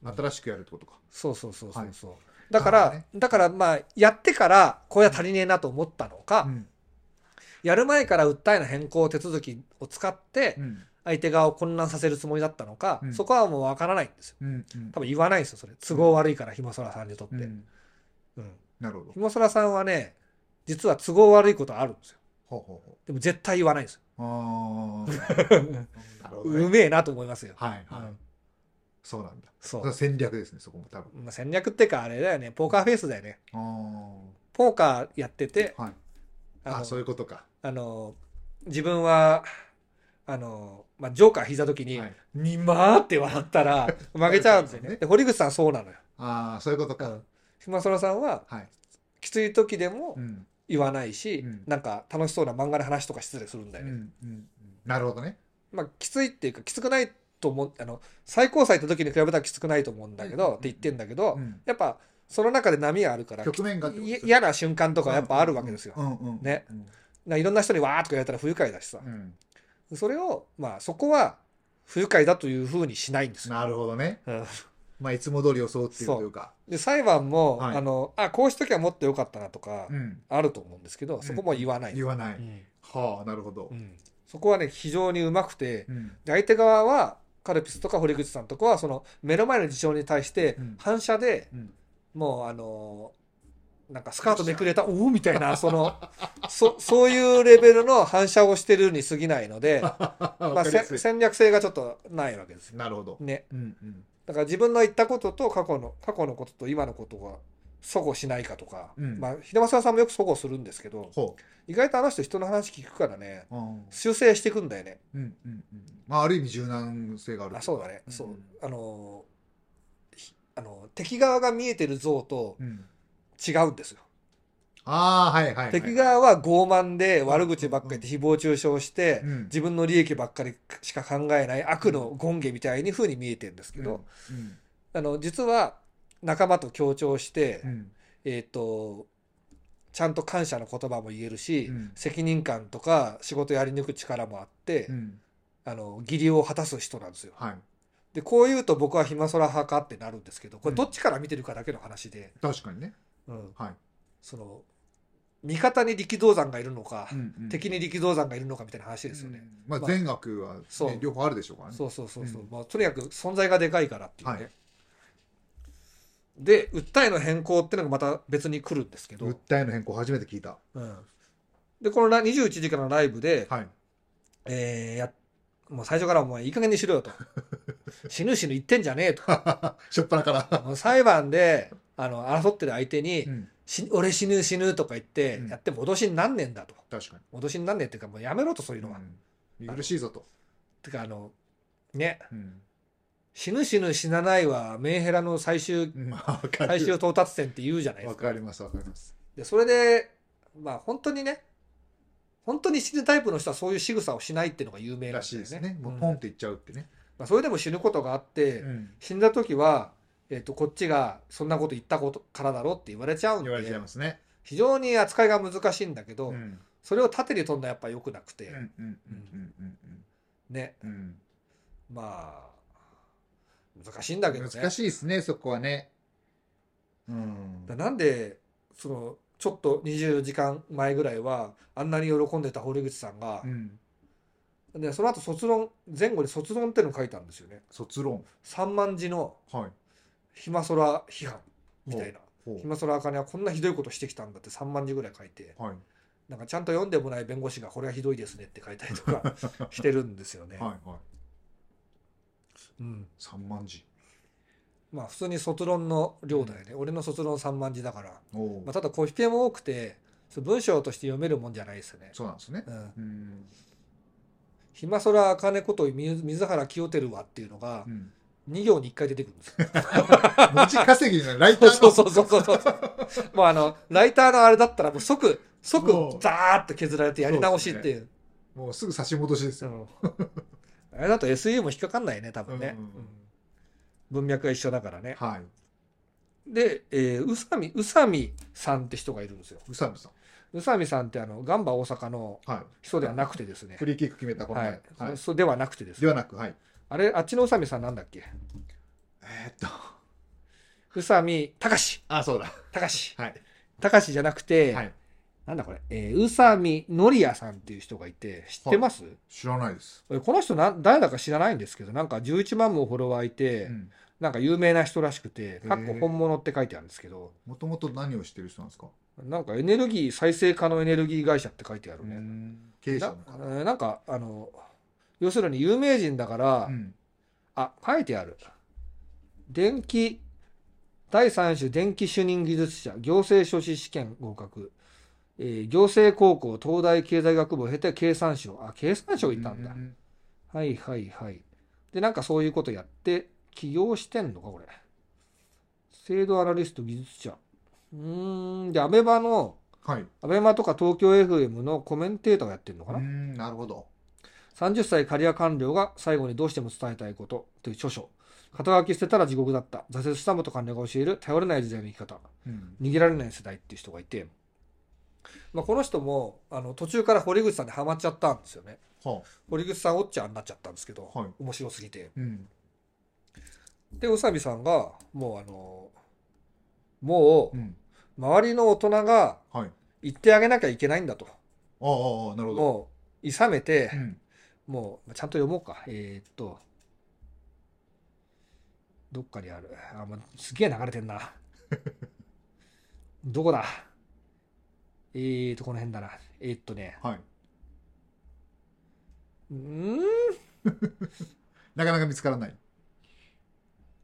新しくやるってことかそうそうそうそうそう、なだるかほどねら、だからまあやってからこれは足りねえなと思ったのか、うんやる前から訴えの変更手続きを使ってうん相手側を混乱させるつもりだったのか、うんそこはもうわからないんですようん多分言わないんですよそれ都合悪いからひもそらさんにとって、ううんんなるほどひもそらさんはね実は都合悪いことあるんですよほうほうほうでも絶対言わないんですよあ あなるほどうねめえなと思いますよ、はいうんはいそうなんだそそれはう、戦略ですねそこも多分まあ、戦略っていうかあれだよねポーカーフェイスだよねあポーカーやっててあはいのあそういうことかあの、自分は、あの、まあ、ジョーカー引いた時には、いにまーって笑っ たら、負けちゃうんですそうでよすね。ねで、堀口さんはそうなのよ。ああそういうことうかん。島空さんは、はいきつい時でもうん言わないしうん、なんか楽しそうな漫画の話とか失礼するんだうよんうね。んうんなるほどねまあ、きついっていうか、きつくないと思う、あの、最高裁行った時に比べたらきつくないと思うんだけうんうんど、うんって言ってんだけどう、んやっぱ、その中で波があるから、局面がってこといですね嫌な瞬間とかやっぱあるわけですよう。んうんうんねうんないろんな人にわーっとか言われたら不愉快だしさ。うんそれを、まあ、そこは不愉快だというふうにしないんですよ。なるほどねうんまあいつも通り装っているというかで裁判も、はいあのあこうしときゃもっとよかったなとかうんあると思うんですけど、そこも言わない、言わなういんはあなるほどうんそこはね非常にうまくてうんで相手側はカルピスとか堀口さんとかはその目の前の事象に対してうん反射で、うん もうあのなんかスカートめくれたおおみたいなそのそそういうレベルの反射をしてるに過ぎないので、ま わあ、かりやせすい戦略性がちょっとないわけですよなるほどね。うんうんだから自分の言ったことと過去の過去のことと今のことが齟齬しないかとか、うんまあ秀正さんもよく齟齬するんですけどほ意外とあの人人の話聞くからねううん修正していくんだよねうんうんうんまあある意味柔軟性があるあそうだね、うんそうあのーひあのー敵側が見えてる像とうん違うんですよ、ああはいはいはい敵側は傲慢で悪口ばっかり言って誹謗中傷して、うん自分の利益ばっかりしか考えない悪の権下みたいに風に見えてるんですけど、うんあの実は仲間と協調して、うんえっ、と、ちゃんと感謝の言葉も言えるし、うん責任感とか仕事やり抜く力もあって、うんあの、義理を果たす人なんですよ。はいで、こう言うと僕は暇空派かってなるんですけど、うこれんどっちから見てるかだけの話で、確かにねうんはいその、味方に力道山がいるのか、うんうん敵に力道山がいるのかみたいな話ですよね。うんまあまあ善悪はね、そう両方あるでしょうからね。そうそうそうそう、うんまあ、とにかく存在がでかいからっていうね、はいで訴えの変更っていうのがまた別に来るんですけど、訴えの変更初めて聞いた。うん、でこのラ21時からのライブで、 はい。えーやもう最初からお前いい加減にしろ よと死ぬ死ぬ言ってんじゃねえとしょっぱなから。もう裁判であの争ってる相手に、うんし俺死ぬ死ぬとか言って、うんやっても脅しになんねえんだと確か脅しになんねえっていうかもうやめろとそういうにのは、っうん。苦しいぞと。てかあのねうん死ぬ死ぬ死なないはメンヘラの最終まあ、わか最終る。到達点って言うじゃないでわすか。かります、わかります。でそれでまあ本当にね本当に死ぬタイプの人はそういう仕草をしないっていうのが有名なんらだしよいですね。もううんポンっていっちゃうってね。まあ、それでも死ぬことがあって、うん死んだ時は、えっとこっちがそんなこと言ったことからだろって言われちゃうんで言われちゃいますね。非常に扱いが難しいんだけど、うんそれを縦に飛んだやっぱ良くなくて、うんうんうんうんうんねうんまあ難しいんだけうどんね。難しいですね、そこはね。うんだなんでそのちょっと20時間前ぐらいはあんなに喜んでた堀口さんがう、んでその後卒論前後に卒論っていうのを書いたんですよね卒論。 3万字のはい。暇空批判みたいなほう暇空茜はこんなひどいことしてきたんだって3万字ぐらい書いてはい。なんかちゃんと読んでもない弁護士がこれはひどいですねって書いたり とかしてるんですよね、はいはい。うん、三万字。まあ普通に卒論の量だよね、俺の卒論3万字だから、おおまあ、ただコピペも多くてその文章として読めるもんじゃないですよね、そうなんですね。うん、うん。暇空茜こと水水原清てるわっていうのがうん2行に1回出てくるんですよ文字稼ぎのライターそうのそうそうそうそうそう。もうあの、ライターのあれだったらもう即、即もうザーッと削られてやり直しっていう。もうすぐ差し戻しですよ。うんあれだと SEO も引っかかんないね、多分ね。うんうんうん文脈が一緒だからね。はい。で、えー宇佐美、宇佐美さんって人がいるんですよ。宇佐美さん。宇佐美さんってあの、ガンバ大阪のはい。人ではなくてですねフ。リーキック決めたこのは前い。。はそそうではなくてですい。でね。はなく、はい。あれ、あっちの宇佐美さんなんだっけえーっと、宇佐美隆史あ、そうだ。隆史はい。隆史じゃなくて、はい。なんだこれ、えー宇佐美のりやさんっていう人がいて、知ってます、知らないです。えこの人なん、誰だか知らないんですけど、なんか11万もフォロワーいて、うんなんか有名な人らしくて、ーかっこ本物って書いてあるんですけど、もともと何をしてる人なんですかなんかエネルギー、再生可能エネルギー会社って書いてあるね。経営者なの方。えーなんか、あの、要するに有名人だから、うんあ、書いてある。電気、第3種電気主任技術者、行政書士試験合格、えー行政高校、東大経済学部を経て経産省、あ、経産省いたんう。だんはいはいはい。で、なんかそういうことやって、起業してんのか、これ。制度アナリスト、技術者。うーん、で、アベマの、はい。アベマとか東京 FM のコメンテーターをやってるのうかな。ん、なるほど。 30歳キャリア官僚が最後にどうしても伝えたいことという著書。肩書き捨てたら地獄だった。挫折した元官僚が教える頼れない時代の生き方。うん逃げられない世代っていう人がいて、まあ、この人もあの途中から堀口さんにハマっちゃったんですよね。は堀口さんおっちゃんになっちゃったんですけど、はい面白すぎて。あうん。で、宇佐美さんが、もうあの、もうう、ん。周りの大人がはい。言ってあげなきゃいけないんだと。ああああ、なるほど。もう、いさめて、うんもう、ちゃんと読もうか。えーっと、どっかにある。あ、まあ、すげえ流れて んな。どこだえーっと、この辺だな。えーっとね、はい。うーんなかなか見つからない。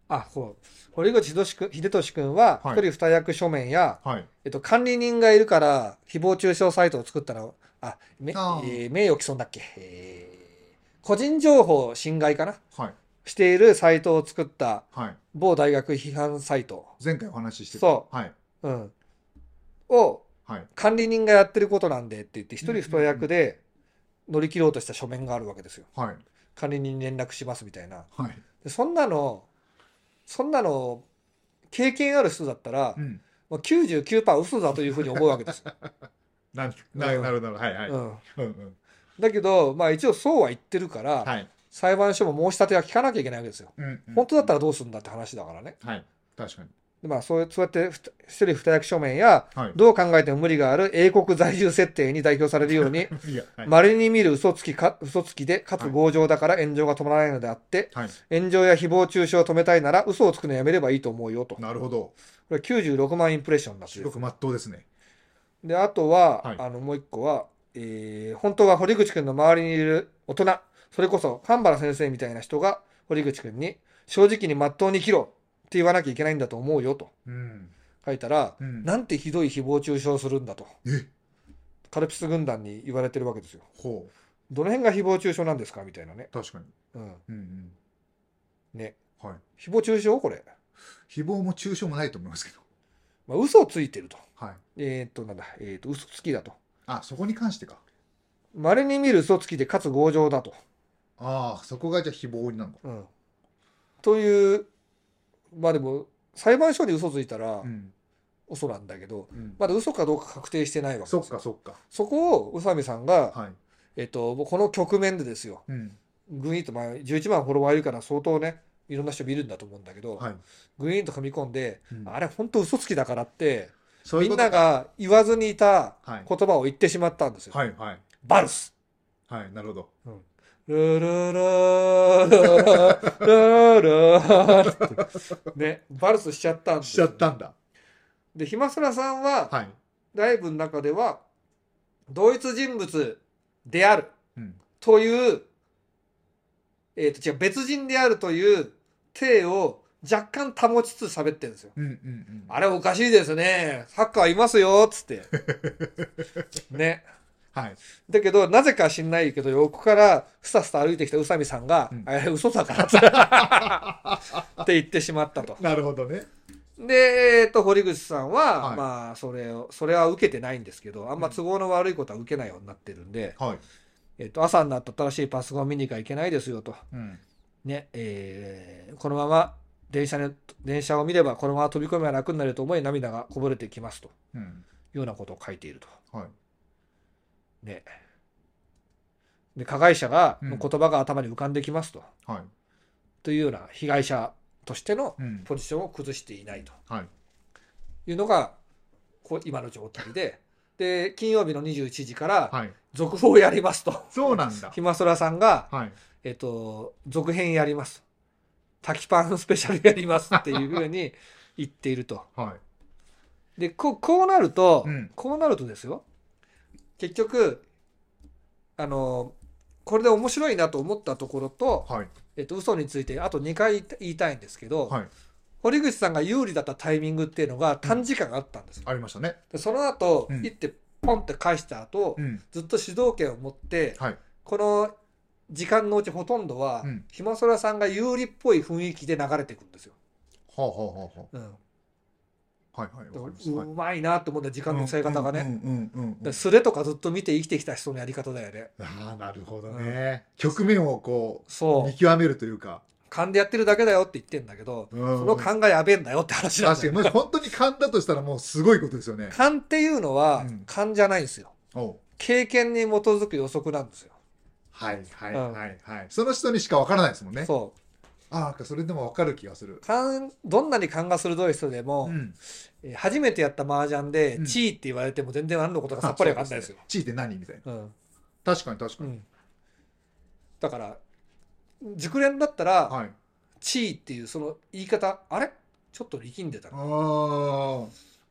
あ、こう。堀口秀俊君秀俊君は、一はい人二役書面や、はい。えっと、管理人がいるから、誹謗中傷サイトを作ったら、あ、めああえー名誉毀損だっけ、えー個人情報侵害かなはい。しているサイトを作ったはい。某大学批判サイト、前回お話ししてた。そはい。うん、をはい。管理人がやってることなんでって言って、一人二役で乗り切ろうとした書面があるわけですよ。はい。管理人に連絡しますみたいな。はい。でそんなの、そんなの、経験ある人だったらう、ん。まあ、99%嘘だというふうに思うわけですよ。なるなるなるなる。はい はい。ううんんうん。だけど、まあ一応そうは言ってるから、はい。裁判所も申し立ては聞かなきゃいけないわけですよ。うんうん本当だったらどうするんだって話だからね。はい。確かに。でまあ、そうそうやってふた一人二役書面やはい。どう考えても無理がある英国在住設定に代表されるようにいや、 はい。稀に見る嘘つきか嘘つきでかつ強情だから炎上が止まらないのであってはい。炎上や誹謗中傷を止めたいなら嘘をつくのやめればいいと思うよとこなるほど。れ96万インプレッションだそうすでごすくまっとうですね。であとは、はいあのもう一個は、えー本当は堀口くんの周りにいる大人それこそ神原先生みたいな人が堀口くんに正直に真っ当に生きろって言わなきゃいけないんだと思うよとうん。書いたら、うん。なんてひどい誹謗中傷するんだとえカルピス軍団に言われてるわけですよほう。どの辺が誹謗中傷なんですかみたいなね確かに。うんうんねうん。はい。誹謗中傷これ、誹謗も中傷もないと思いますけど。まあ、嘘をついてるとはい。えーっとなんだえーっと嘘つきだとあ、そこに関してか。稀に見る嘘つきでかつ強情だと、ああ、そこがじゃあ誹謗なのか。うん、というまあでも裁判所に嘘ついたらうん。嘘なんだけど、うん。まだ嘘かどうか確定してないわけそでっすよかそっか。そこを宇佐美さんが、はい。えっと、この局面でですようん。グイーンと、まあ、11万フォロワーいるから相当ねいろんな人見るんだと思うんだけど、はい。グイーンと踏み込んで、うんあれ本当嘘つきだからってそういうみこんとなか。が言わずにいたはい。言葉を言ってしまったんですよ。はいはい。バルスはい。なるほど。ルルルルルルね、バルスしちゃったんでしちゃったんだ。で、ひまそらさんは、はい。ライブの中では、同一人物であるうん。という、えっ、と、違う、別人であるという体を若干保ちつつ喋ってるんですよ。うんうんうん。あれおかしいですね。サッカーいますよ、つって。ね。はい。だけど、なぜか知んないけど、横からふさふさ歩いてきた宇佐美さんが、うんあれ嘘 だからってって言ってしまったと。なるほどね。で、えっと、堀口さんは、はいまあ、それを、それは受けてないんですけど、あんま都合の悪いことは受けないようになってるんで、はい。えっと、朝になった新しいパソコン見に行かいけないですよと。うん。ね、えーこのまま電車に、電車を見れば、このまま飛び込みは楽になると思い、涙がこぼれてきますとうん。いうようなことを書いていると。はい。ね。で、加害者が、うんの言葉が頭に浮かんできますと。はい。というような被害者としてのうん。ポジションを崩していないとはい。いうのがこう今の状態でで金曜日の21時からはい。続報をやりますと そうなんだ。ひまそらさんが、はい。えっと、続編やります滝パンスペシャルやりますっていうふうに 言っているとはでこうこうなると、うんこうなるとですよ結局あのこれで面白いなと思ったところと、い。はい。えっと、嘘についてあと2回言いたいんですけど、はい。堀口さんが有利だったタイミングっていうのが短時間あったんですよ、ありましたね。でその後、うん行ってポンって返した後、うん。ずっと主導権を持って、はい。この時間のうちほとんどは、うんひまそらさんが有利っぽい雰囲気で流れていくんですよ、ほうほうほうほうんう。はいはい。でわかりましうたはいうまいなと思うんだよ時間の使い方がね、うんうんうんうんうでん。スレとかずっと見て生きてきた人のやり方だよねああ、なるほどね。局面をこう、そ見う極めるというか。勘でやってるだけだよって言ってんだけど、うんその勘がやべえんだよって話なん確だかに、よもし本当に勘だとしたらもうすごいことですよね。勘っていうのは、うん勘じゃないんですよおう経験に基づく予測なんですよ、はいはいうんはいはい。その人にしかわからないですもんね。そうああ、なんかそれでもわかる気がする。勘どんなに勘が鋭い人でも、うん。えー初めてやった麻雀でうん「地位」って言われても全然何のことかさっぱり分かんないですよ。地位って何みたいな。うん確かに確かうに。ん、だから熟練だったらはい。 「地位」っていうその言い方あれちょっと力んでたあなあ。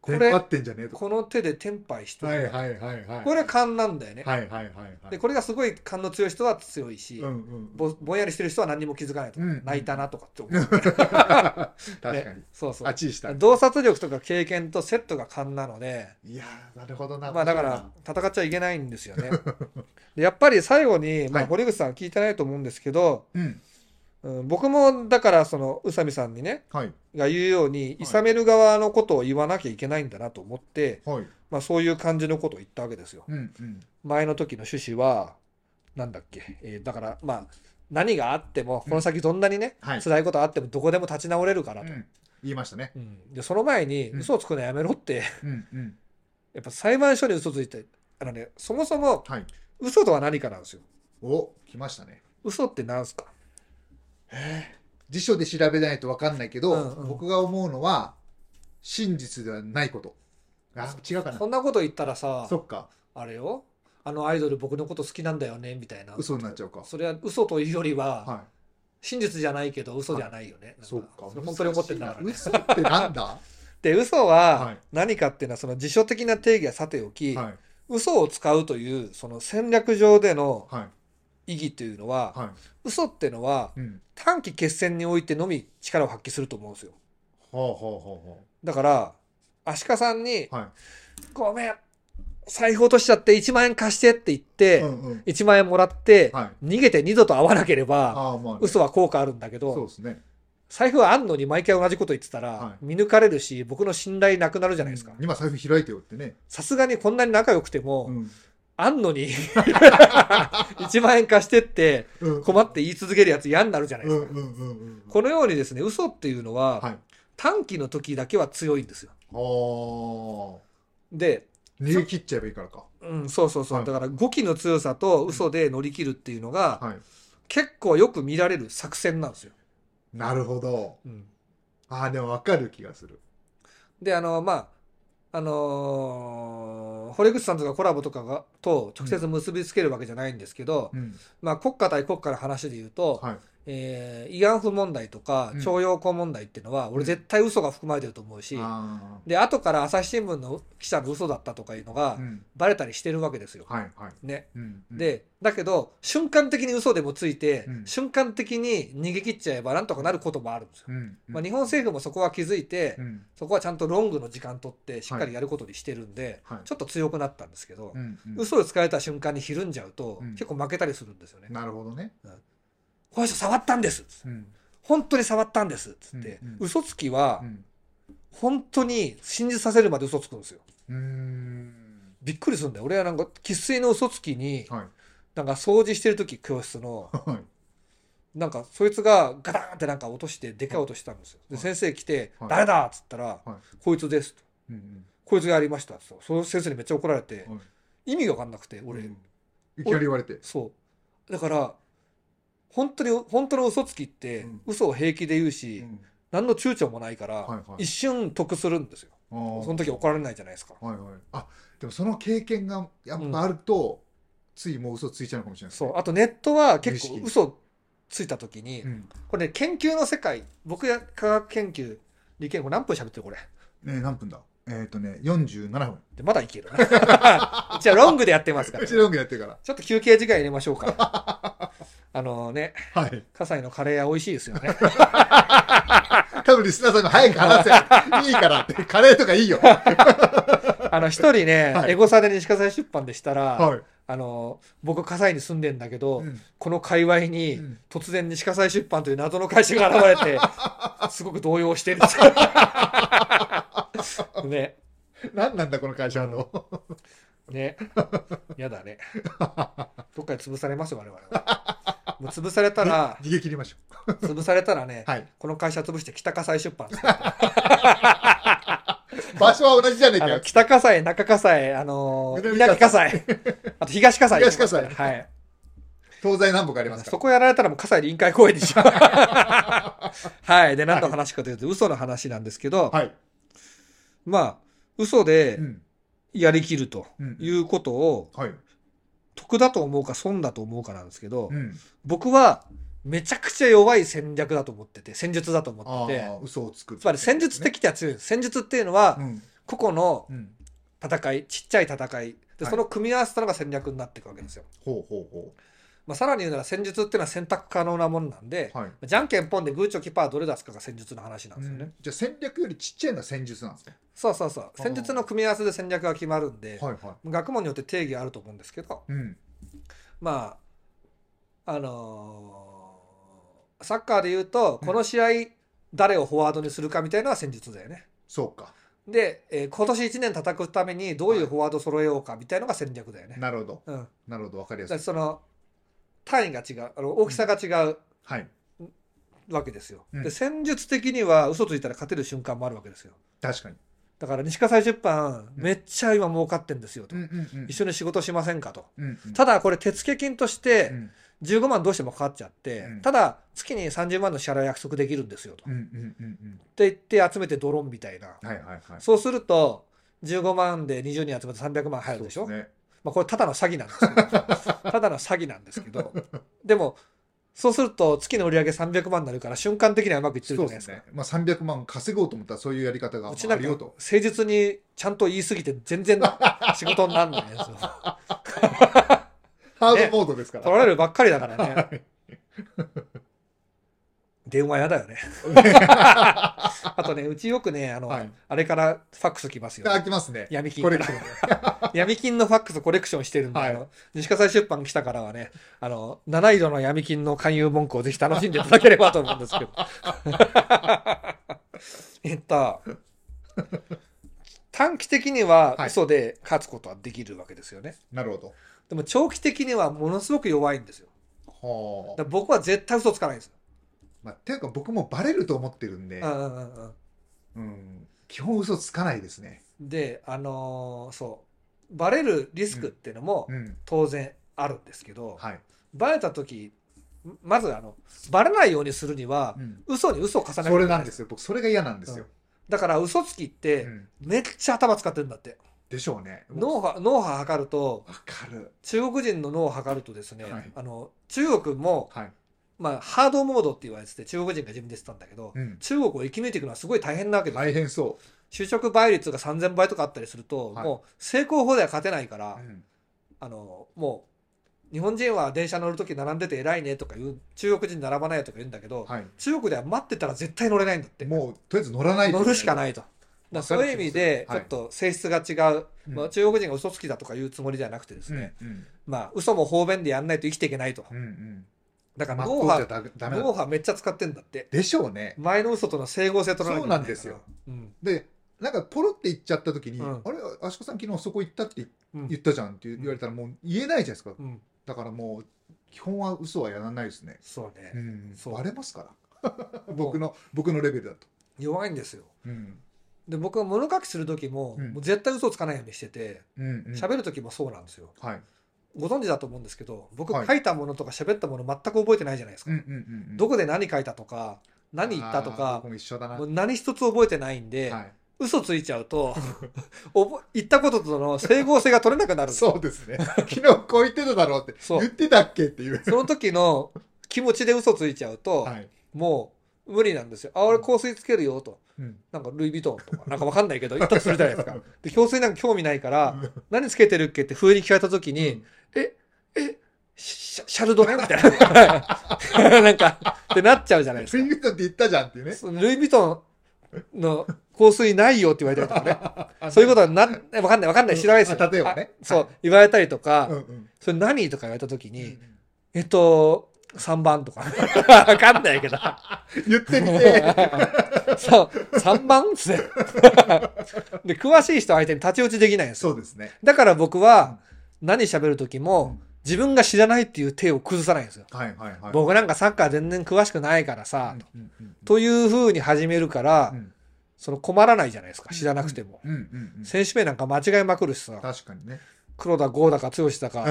こ出れっ張ってんじゃねえとか。この手でテンパイしてる、はいはいはいはい。これ勘なんだよね、はいはいはいはい。でこれがすごい勘の強い人は強いし、うんうん。ぼぼんやりしてる人は何にも気づかないとか、うん泣いたなとかって思う、 確かねに。、そうそうあ、チーした。洞察力とか経験とセットが勘なのでいやー、なるほどな。まあだから戦っちゃいけないんですよね。 でやっぱり最後に、まはあ、い堀口さんは聞いてないと思うんですけど、うん。うん、僕もだからその宇佐美さんにねはい。が言うようにいさめる側のことを言わなきゃいけないんだなと思って、はい。まあ、そういう感じのことを言ったわけですよ。うんうん。前の時の趣旨はなんだっけ、えーだからまあ何があってもこの先どんなにね、はい辛いことあってもどこでも立ち直れるからうと。ん言いましたね。うんでその前にうん嘘をつくのやめろって、うんうん。やっぱ裁判所に嘘ついてあのねそもそもはい。嘘とは何かなんですよ。お、来ましたね。嘘ってなんすか辞書で調べないとわかんないけど、うんうん僕が思うのは、真実ではないこと。あ、違うかそな。んなこと言ったらさそっか。あれよあのアイドル僕のこと好きなんだよねみたいな嘘になっちゃうか。それは嘘というよりは、は真実じゃないけど嘘じゃないよね、い。なんそっか。れ本当に怒ってんだから、ね、嘘ってなんだはで嘘ははい何かっていうのはその辞書的な定義はさてお き、い。はい。嘘を使うというその戦略上でのはい。意義というのは、は。嘘ってのはいうん。短期決戦においてのみ力を発揮すると思うんですよはあはあはだから足利さんにあはあ。は「ごめん財布落としちゃって1万円貸して」って言って、い。うんうん。 1万円もらって、はい。逃げて二度と会わなければああ、まあね。嘘は効果あるんだけそうどですね。財布はあんのに毎回同じこと言ってたら、は見抜かれるし僕の信頼なくなるじゃないですかうん今財布開いてよってね。さすがにこんなに仲良くても、うん。あん のに1万円貸してってうん。困って言い続けるやつ嫌になるじゃないでうすんか、うんうんうん。このようにですね嘘っていうのは、はい。短期の時だけは強いんですよはあ。で、逃げ切っちゃえばいいからか。うん、そうそうそう、はいだから語気の強さと嘘で乗り切るっていうのが、はい。結構よく見られる作戦なんですよ、なるほど。うんああ、でも分かる気がする。であのまああのー堀口さんとかコラボとかがと直接結びつけるわけじゃないんですけど、うん。まあ、国家対国家の話で言うと、はい。えー慰安婦問題とかうん徴用工問題っていうのは、う俺ん絶対嘘が含まれてると思うし、あで後から朝日新聞の記者の嘘だったとかいうのあ。がうん。バレたりしてるわけですよ。はいはい。ね、うん。うん、でだけど瞬間的に嘘でもついて、うん瞬間的に逃げ切っちゃえばなんとかなることもあるんですよ。うん。うんまあ、日本政府もそこは気づいて、うん。そこはちゃんとロングの時間取ってしっかりやることにしてるんで、はい。ちょっと強くなったんですけど、うんうん嘘をつかれた瞬間にひるんじゃうと、うん結構負けたりするんですよね。なるほどね。この人触ったんですうん。本当に触ったんですっつって、うんうん嘘つきはうん。本当に信じさせるまで嘘つくんですようーん。びっくりするんだよ俺はなんか生粋の嘘つきにはい。なんか掃除してる時教室のはい。なんかそいつがガタンってなんか落としてでかい音したんですよではい先生来て「はい誰だ!」っつったらはい「こいつです」とうんうん。 「こいつがやりました」っつったらその先生にめっちゃ怒られてはい意味が分かんなくて俺うんいきなり言われて。そうだから本当に本当の嘘つきってうん嘘を平気で言ううしん何の躊躇もないかはらいはい一瞬得するんですよあーその時怒られないじゃないですか。はいはい。あ、でもその経験がやっぱあると、ついもう嘘ついちゃうのかもしれないですそね。う。あとネットは結無構意識嘘ついた時に、うん。これね、研究の世界、僕や科学研究、理研、これ何分喋ってるこれ。ねえ何分だえっ、ー、とね、47分。 で、まだいけるな。じゃあロングでやってますから。うちちの音楽やってるかょっと休憩時間入れましょうか。 あのね、ら。はい。葛西のカレーは美味しいですよ ね。多分リスナーさんが早く話 せ。いいからって。カレーとかいいよ。はあの、一人ね、はいエゴサで西葛西出版でしたら、い。あの、僕葛西に住んでんだけど、うんこの界隈に、うん突然西葛西出版という謎の会社が現 れて、すごく動揺してるん ですよ。ね。何なんだこの会社の。ね。やだね。どっかで潰されますよ、我々は。もう潰され たら、逃げ切りましょ潰されたらね、う。はい。この会社潰して北葛西出版作って場所は同じじゃねえあかのよ。北葛西、中葛西、あのー、南稲城葛西、あと東葛西。東葛西はい。東西南北ありますかそこやられたらもう葛西臨海公園にし よう。はい。で、何の話かというと、嘘の話なんですけど、ら。はい。まあ、嘘でうん。やりきるとうんいうことを、はい。得だと思うか損だと思うかなんですけど、うん。僕はめちゃくちゃ弱い戦略だと思ってて戦術だと思あっててあ、嘘をつく。つまり戦術的には強いんです戦術っていうのはうん。個々のうん。戦いちっちゃい戦いではいその組み合わせたのが戦略になっていくわけですよ、ほうほうほまあ、さらに言うなら戦術っていうのは選択可能なもんなんで、う。はい。じゃんけんぽんでグーチョキパーどれ出すかが戦術の話なんですよね、うんじゃあ戦略よりちっちゃいのは戦術なんですね。そうそうそう戦術の組み合わせで戦略が決まるんで、はいは学問によって定義あると思うんですけどい。うん。まああのーサッカーで言うとうんこの試合誰をフォワードにするかみたいなのは戦術だよね。そうか。で、えー今年1年叩くためにどういうフォワード揃えようかみたいなのが戦略だよね。なるほど。うん、だかなるほど。わかりやすらい。その単位が違うあの大きさが違うはい。わけですよ。うんで戦術的には嘘ついたら勝てる瞬間もあるわけですよ。確かに。だから西葛西出版、めっちゃ今儲かってんですよと、うんうんうん一緒に仕事しませんかと。うんうんただこれ手付金としてうん15万どうしてもかかっちゃって、うんただ月に30万の支払い約束できるんですよと。うんうんうんって言って集めてドローンみたいな。うんはいはいはいそうすると、15万で20人集めて300万入るでしょそうですねまあ、これただの詐欺な んですけどただの詐欺なんですけどでもそうすると月の売り上げ300万になるから瞬間的にはうまくいってるじそゃうないでですすかねまあ300万稼ごうと思ったらそういうやり方がうあちなんるかよと誠実にちゃんと言い過ぎて全然仕事になんないんですよハードモードですか取らられるばっかりだからね 電話やだ よねあとねうちよくねあの、はいあれからファックス来ますよあきますね闇金こかれら 闇金のファックスコレクションしてるんで、はいあの西葛西出版来たからはねあの七色の闇金の勧誘文句をぜひ楽しんでいただければと思うんです けどえっと短期的にははい嘘で勝つことはできるわけですよね、なるほどでも長期的にはものすごく弱いんですよはあだから僕は絶対嘘つかないんですよ、まあていうか僕もバレると思ってるんでうんうんうんうんうん基本嘘つかないですねであのーそうバレるリスクっていうのもうん当然あるんですけど、はいバレた時まずあのバレないようにするにはうん嘘に嘘を重ねなきゃいそけれなないんですよ僕それが嫌なんですよだから嘘つきってうんめっちゃ頭使ってるんだって、でしょうね脳波脳波測るとわかる中国人の脳を測るとですね、はいあの中国も、はいまあ、ハードモードって言われてて中国人が自分で言ってたんだけど、うん中国を生き抜いていくのはすごい大変なわけです、大変そ就職倍率が3000倍とかあったりすると、はいもう成功法では勝てないから、ううんあのもう日本人は電車乗る時並んでて偉いねとか言う中国人並ばないよとか言うんだけど、はい中国では待ってたら絶対乗れないんだってもうとりあえず乗らないと乗るしかないと。だからそういう意味でちょはいっと性質が違う、うんまあ、中国人が嘘つきだとかいうつもりじゃなくてですね、うんまあ嘘も方便でやんないと生きていけないとうんうんだから真っ脳当じゃ波ダメダメ脳だ波めっちゃ使ってんだってでしょうね前の嘘との整合性取らなきゃいけいからそうなんですよ、うんでなんかポロって言っちゃった時に「うんあれあしこさん昨日そこ行ったってうん言ったじゃん」って言われたらもう言えないじゃないですかうんだからもう基本は嘘はやらないですねそううねんそうバレますから 僕の僕のレベルだと弱いんですようんで僕は物書きする時も,、うんもう絶対嘘つかないようにしててうんうん喋る時もそうなんですよはいご存知だと思うんですけど僕はい書いたものとか喋ったもの全く覚えてないじゃないですか、うんうんうんうんどこで何書いたとか何言ったとあーか僕も一緒だなもはう何一つ覚えてないんで、い嘘ついちゃうと覚え言ったこととの整合性が取れなくなるそそうですね 昨日こう言ってただろうってそう言ってたっけっていうの時の気持ちで嘘ついちゃうと、はいもう無理なんですよあ俺香水つけるよとうんなんかルイ・ヴィトンとかなんかわかんない けど言ったとするじゃないですかで香水なんか興味ないから何つけてるっけって風に聞かれた時に、うんええシャシャルドネみたいな なんかってなっちゃうじゃないですフかィングトンって言ったじゃんっていうねそのルイ・ヴィトンの香水ないよって言われたりとかね。そういうことはなん、わかんないわかんない知らないですよ。あ例えばねあそう、言われたりとか、うんうんそれ何とか言われたときに、うんえっと、3番 とか。わかんないけど。言ってみ てそう、3番っすね。 で、詳しい人相手に立ち打ちできないんですよ。そうですねだから僕は、何喋るときも、自分が知らないっていう手を崩さないんですよ。はいはいはい僕なんかサッカー全然詳しくないからさ、うんうんというふうに始めるから、うんその困らないじゃないですか、知らなくても。うんうんうん選手名なんか間違いまくるしさ、確かにね黒田剛だか剛だか、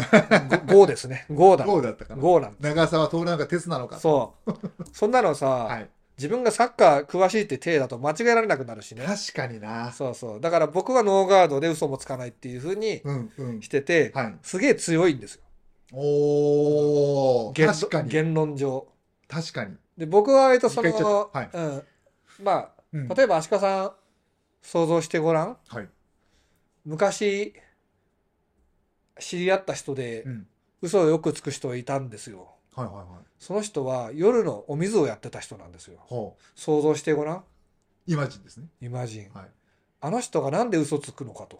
剛ですね、剛だ。どうだったかな剛なんで長澤徹なのか鉄なのかす。そう。そんなのさ、はい自分がサッカー詳しいって体だと間違えられなくなるしね。確かになそうそう。だから僕はノーガードで嘘もつかないっていうふうにうんうんしてて、はいすげえ強いんですよ。おー言論確かに言論上。確かにで、僕は割とそ一回言っの、ちゃっうん。まうんあ、例えば足利さん、想像してごらん。はい昔、知り合った人でう、ん嘘をよくつく人いたんですよ。はいはいはいその人は夜のお水をやってた人なんですよ。ほう想像してごらん。イマジンですねイマジン。はいあの人がなんで嘘つくのかと。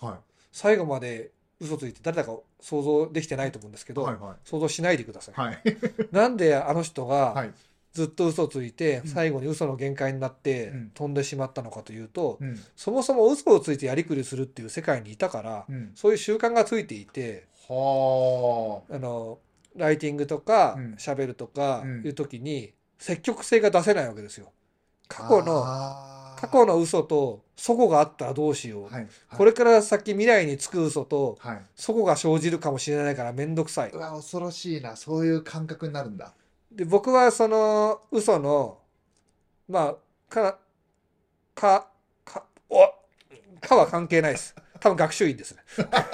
は最後まで嘘ついて誰だか想像できてないと思うんですけいど、はいはい想像しないでください。はいなんであの人はがいずっと嘘ついて、うん最後に嘘の限界になってうん飛んでしまったのかというと、うんそもそも嘘をついてやりくりするっていう世界にいたから、うんそういう習慣がついていて、はあのライティングとかうん喋るとかうんいう時に積極性が出せないわけですよ。あ過去のあー過去の嘘と祖語があったらどうしよう、はい。これから先未来につく嘘とはい。はい。祖語が生じるかもしれないから面倒くさいうわ、恐ろしいな。そういう感覚になるんだ。で僕はその嘘のまあかかかおかは関係ないです多分学習院ですね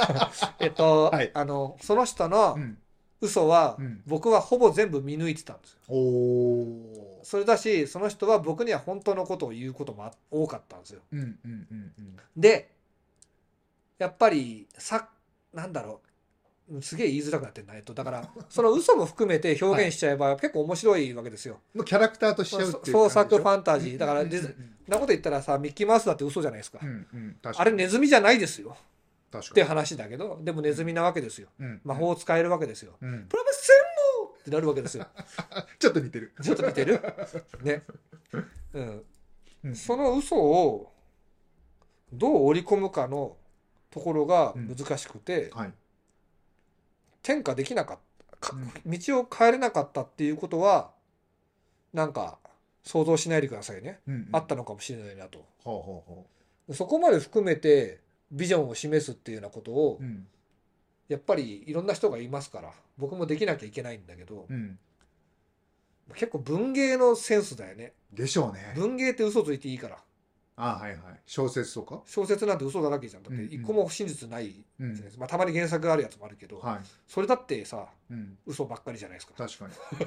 えっと、はいあのその人のうん。嘘は、うん僕はほぼ全部見抜いてたんですよおお。それだしその人は僕には本当のことを言うこともあ多かったんですようんうんうんうん。でやっぱりさなんだろうすげえ言いづらくなってんなえっとだからその嘘も含めて表現しちゃえば結構面白いわけですよ、もうキャラクターとしちゃうっていう感じでしょ。創作ファンタジーだからうんうんデザそんなこと言ったらさミッキーマウスだって嘘じゃないですか、うんうんうんうん。確かあにれネズミじゃないですよ確ってか話だけどでもネズミなわけですよに。うん魔法を使えるわけですようん。プロフェッセンモーってなるわけですよ ちょっと似てる。ちょっと似て るね、うん、うんその嘘をどう織り込むかのところが難しくて、はい。転化できなかったかうん道を変えれなかったっていうことはなんか想像しないでくださいね、うんうんあったのかもしれないなとほうほうほそこまで含めてビジョンを示すっていうようなことを、う。うん。やっぱりいろんな人がいますから僕もできなきゃいけないんだけど、うん。結構文芸のセンスだよねでしょうね。文芸って嘘ついていいからあはいはい。小説とか。小説なんて嘘だらけじゃんだってうんうん一個も真実ないじうゃんないです。か、まあ、たまに原作があるやつもあるけど、はそれだってさい。うん。嘘ばっかりじゃないですか確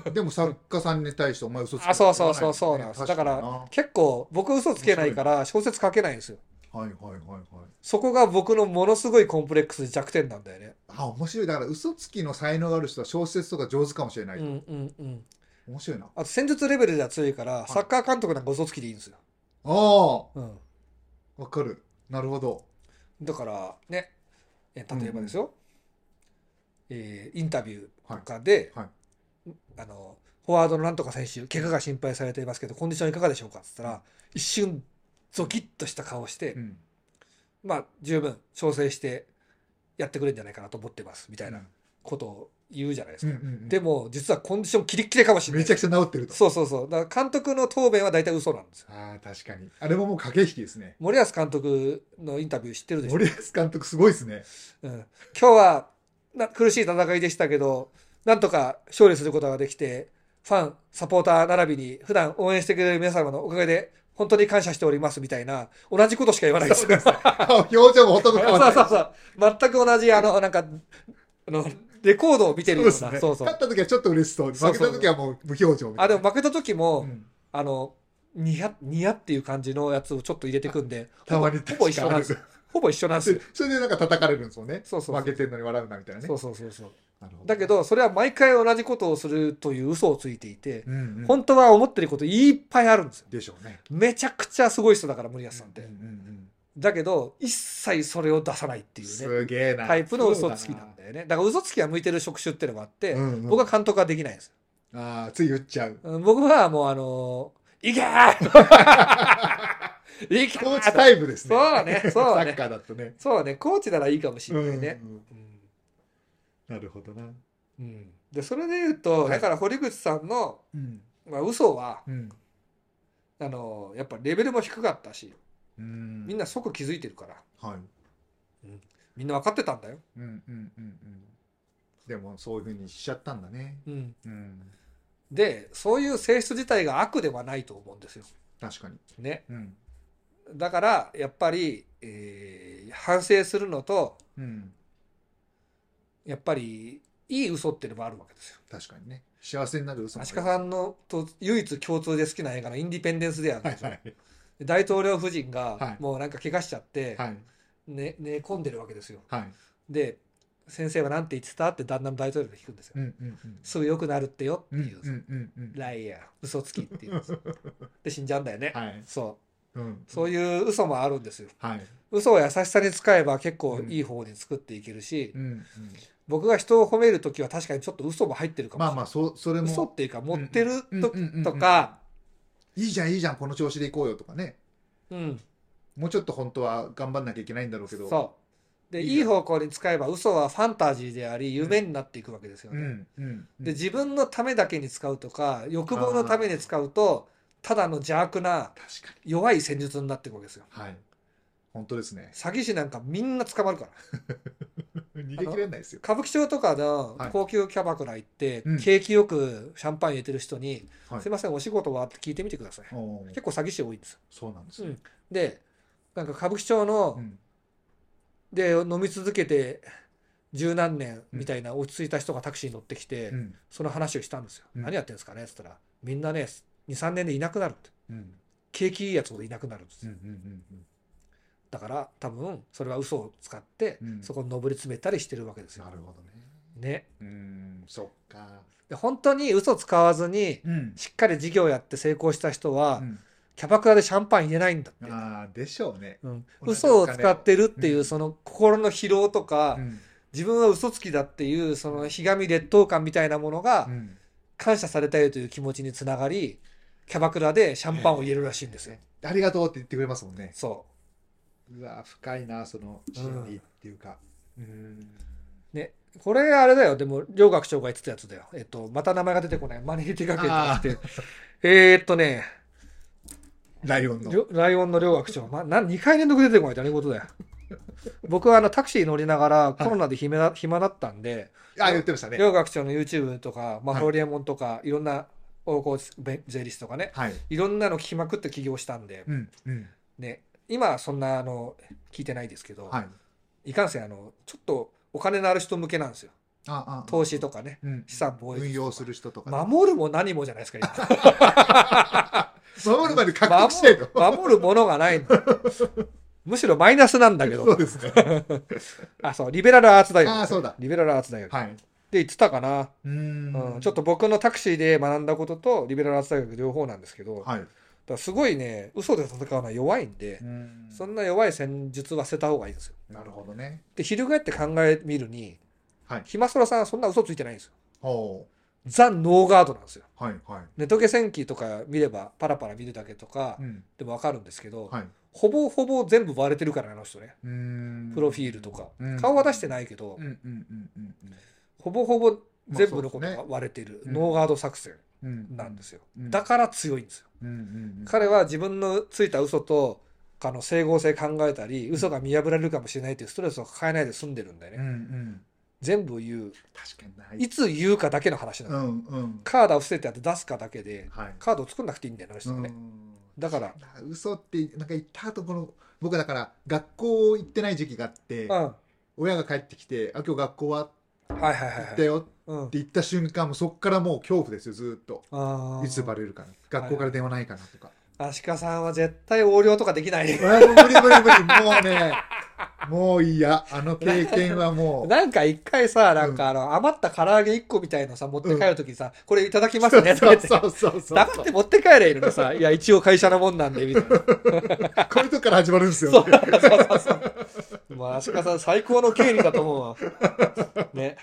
かに。でも作家さんに対してお前嘘つけあそうそうそうそうなんです確にだ結構僕嘘つけないから小説書けないんですよはいはいはいはい。そこが僕のものすごいコンプレックスで弱点なんだよねあ、面白い。だから嘘つきの才能がある人は小説とか上手かもしれなうい。んうんうん面白いな。ああと戦術レベルでは強いからいサッカー監督なんか嘘つきでいいんですよ、あ、うん、わかる。なるほど。だからねえ例えばですよ、えーインタビューとかで、はいはあのフォワードのなんとか選手怪我が心配されていますけどコンディションいかがでしょうかっつったら一瞬ゾキッとした顔して、うん。まあ十分調整してやってくれるんじゃないかなと思ってますみたういんなことを言うじゃないですうか、んうん。でも実はコンディションキレッキレかもしれなめいちゃくちゃ治ってると。そうそうそうだから監督の答弁は大体嘘なんですよああ、確かに。あれももう駆け引きですね。森保監督のインタビュー知ってるでしょ森保監督すごいですね。うん、今日はな苦しい戦いでしたけど、なんとか勝利することができて、ファン、サポーター並びに、普段応援してくれる皆様のおかげで、本当に感謝しておりますみたいな、同じことしか言わないです。 そうあ表情もほとんど変わらなそい。うそう。全く同じ、あの、なんか、あの、レコードを見てるような、そうですねそうそう勝った時はちょっと嬉しそう。負そうけそうた時はもう無表情みたあ、いなでも負けた時も、うんあの、ニヤ、ニヤっていう感じのやつをちょっと入れてくんで、たまにほぼほぼ一緒なんですよ。ほぼ一緒なんですよで。 それでなんか叩かれるんですもんね。そうそうそう負けてんのに笑うなみたいなね。そうそうそうそう。なるほだけ、ど、それは毎回同じことをするという嘘をついていて、うんうん本当は思ってることいっぱいあるんですよ。でしょうね。めちゃくちゃすごい人だから、森保さんってうん。うんだけど、一切それを出さないってうん、いうね、すげえな。タイプの嘘つきなんだよね。だから嘘つきが向いてる職種ってのがあって、うんうん僕は監督はできないんですそうだな。ああ、つい言っちゃう。よ。うん僕はもうあのー、い けーいけーコーチタイプですね。そうだねそうだね サッカーだとね。そうね、コーチならいいかもしれないねう。んうんうんなるほどな。うんで、それで言うと、はいだから堀口さんの、うん。まあ、嘘は、うん。あのーやっぱレベルも低かったし、うんみんな即気づいてるから、はい。みんな分かってたんだよ。うんうんうんうん。でもそういうふうにしちゃったんだね。うんうん。でそういう性質自体が悪ではないと思うんですよ。確かに。ね、うん。だからやっぱり、えー反省するのとうん。やっぱりいい嘘っていうのもあるわけですよ。確かにね。幸せになる嘘もあ足る利さんのと唯一共通で好きな映画の「インディペンデンス・デイ」あるんはでいすよはい。で大統領夫人はがいもうなんか怪我しちゃって、はい。ね、寝込んでるわけですよ。はい。で先生は何て言ってたって旦那の大統領が聞くんですよ。うんうんうん。すぐ良くなるってよってうんいう、うんうんうん。ライアー嘘つきっていうんですよで死んじゃうんだよね。はい。そううん。そういう嘘もあるんですよ。はい。嘘を優しさに使えば結構いい方に作っていけるし、うんうん。僕が人を褒める時は確かにちょっと嘘も入ってるかもましれあなまい、あ、そ、それ嘘っも、ていうか持ってるうんうんうんうん時とか、いいじゃんいいじゃん、この調子でいこうよとかね。うん、もうちょっと本当は頑張んなきゃいけないんだろうけど。そうでいいいよい方向に使えば嘘はファンタジーであり夢になっていくわけですようね、んうん。で自分のためだけに使うとか欲望のために使うとただの邪悪な確か弱い戦術になっていくわけですよに。はい。本当ですね。詐欺師なんかみんな捕まるから逃げ切れないですよ。歌舞伎町とかの高級キャバクラ行って、うん景気よくシャンパン入れてる人に「はいすいませんお仕事は?」って聞いてみてください、おー結構詐欺師多いんですよそうなんですよ。でなんか歌舞伎町の、うん。で飲み続けて十何年みたいな落ち着いた人がタクシーに乗ってきて、うん。その話をしたんですよ、うん何やってんですかねっつったらみんなね23年でいなくなるってうん。景気いいやつほどいなくなるんですうん。うん。うよ、ん。だから多分それは嘘を使って、うんそこに上り詰めたりしてるわけですよなるほどね。ねうーん、そっか。で本当に嘘使わずにうん。しっかり事業やって成功した人は、うんキャバクラでシャンパン入れないんだって、ああ、でしょうね。うん、同じ嘘を使ってるっていう、うんその心の疲労とか、うん。自分は嘘つきだっていうそのひがみ劣等感みたいなものがうん感謝されたいという気持ちにつながりキャバクラでシャンパンを入れるらしいんですよ。ありがとうって言ってくれますもんね。そうわ、深いな、その心理っていうか。うん。うねこれあれだよでも両学長が言ってたやつだよ、えっと、また名前が出てこないマネー手掛けあてなくてえーっとねライオンの。りょライオンの両学長、ま、な2回連続出てこないって何事だ よ僕はあのタクシー乗りながらコロナで暇だ暇だったんであ、言ってましたね。両学長の YouTube とか、まあ、はいホリエモンとかいろんな王侯べ税理士とかねはい。いろんなの聞きまくって起業したんで、うん。うん。ね、今はそんなあの聞いてないですけど、はい。い、かんせんあのちょっとお金のある人向けなんですよああ。投資とかねうん資産防衛運用する人とか。守るも何もじゃないですか 守るまで獲今得してんの。守守るものがないのむしろマイナスなんだけそう どですね。あそうリベラルアーツ大学ああ、そうだ。リベラルアーツ大学、はい。で言ってたかな、ううんーん。ちょっと。僕のタクシーで学んだこととリベラルアーツ大学両方なんですけど、だかはい。らすごいね嘘で戦うのは弱いんで、うんそんな弱い戦術は捨てた方がいいんですよなるほどね。で翻って考えてみるにはい。ひまそらさんはそんな嘘ついてないんですよほザ・ノーガードなんですよ。う。はい。はネトゲ戦記とか見ればパラパラ見るだけとかい。うん。でもわかるんですけど、はい。ほぼほぼ全部割れてるからあの人ねうーんプロフィールとか、うん顔は出してないけど、うんうんうんうんうん。ほぼほぼ全部のことまあがそう割れてる、うんノーガード作戦うんなんですよ、うんだから強いんですよ、うんうんうん、彼は自分のついた嘘とあの整合性考えたり嘘が見破られるかもしれないっていうストレスを抱えないで済んでるんだよね、うんうん、全部言う確かにないつ言うかだけの話なうの、んうんカードを伏せてやって出すかだけではいカードを作んなくていいんだよねあの人はね、んだから嘘ってなんか言った後この僕だから学校行ってない時期があって、うん親が帰ってきて「あ今日学校は?」はいはいはい行はっいた。よってうん。言った瞬間もうそっからもう恐怖ですよずーっとああ。いつバレるかな学校から電話ないかなとか、アシカさんは絶対横領とかできない。うわもう無理無理無理もうねもういやあの経験はもうなんか一回さ、なんかあの、余った唐揚げ一個みたいのさ、持って帰るときにさ、これいただきますね、とそか言うって。そうそうそう黙って持って帰れいいのにさ、いや、一応会社のもんなんで、みたいな。こういうとこから始まるんですよそうそうそうそう。まあ、アシカさん最高の経理だ と思うわ。ね。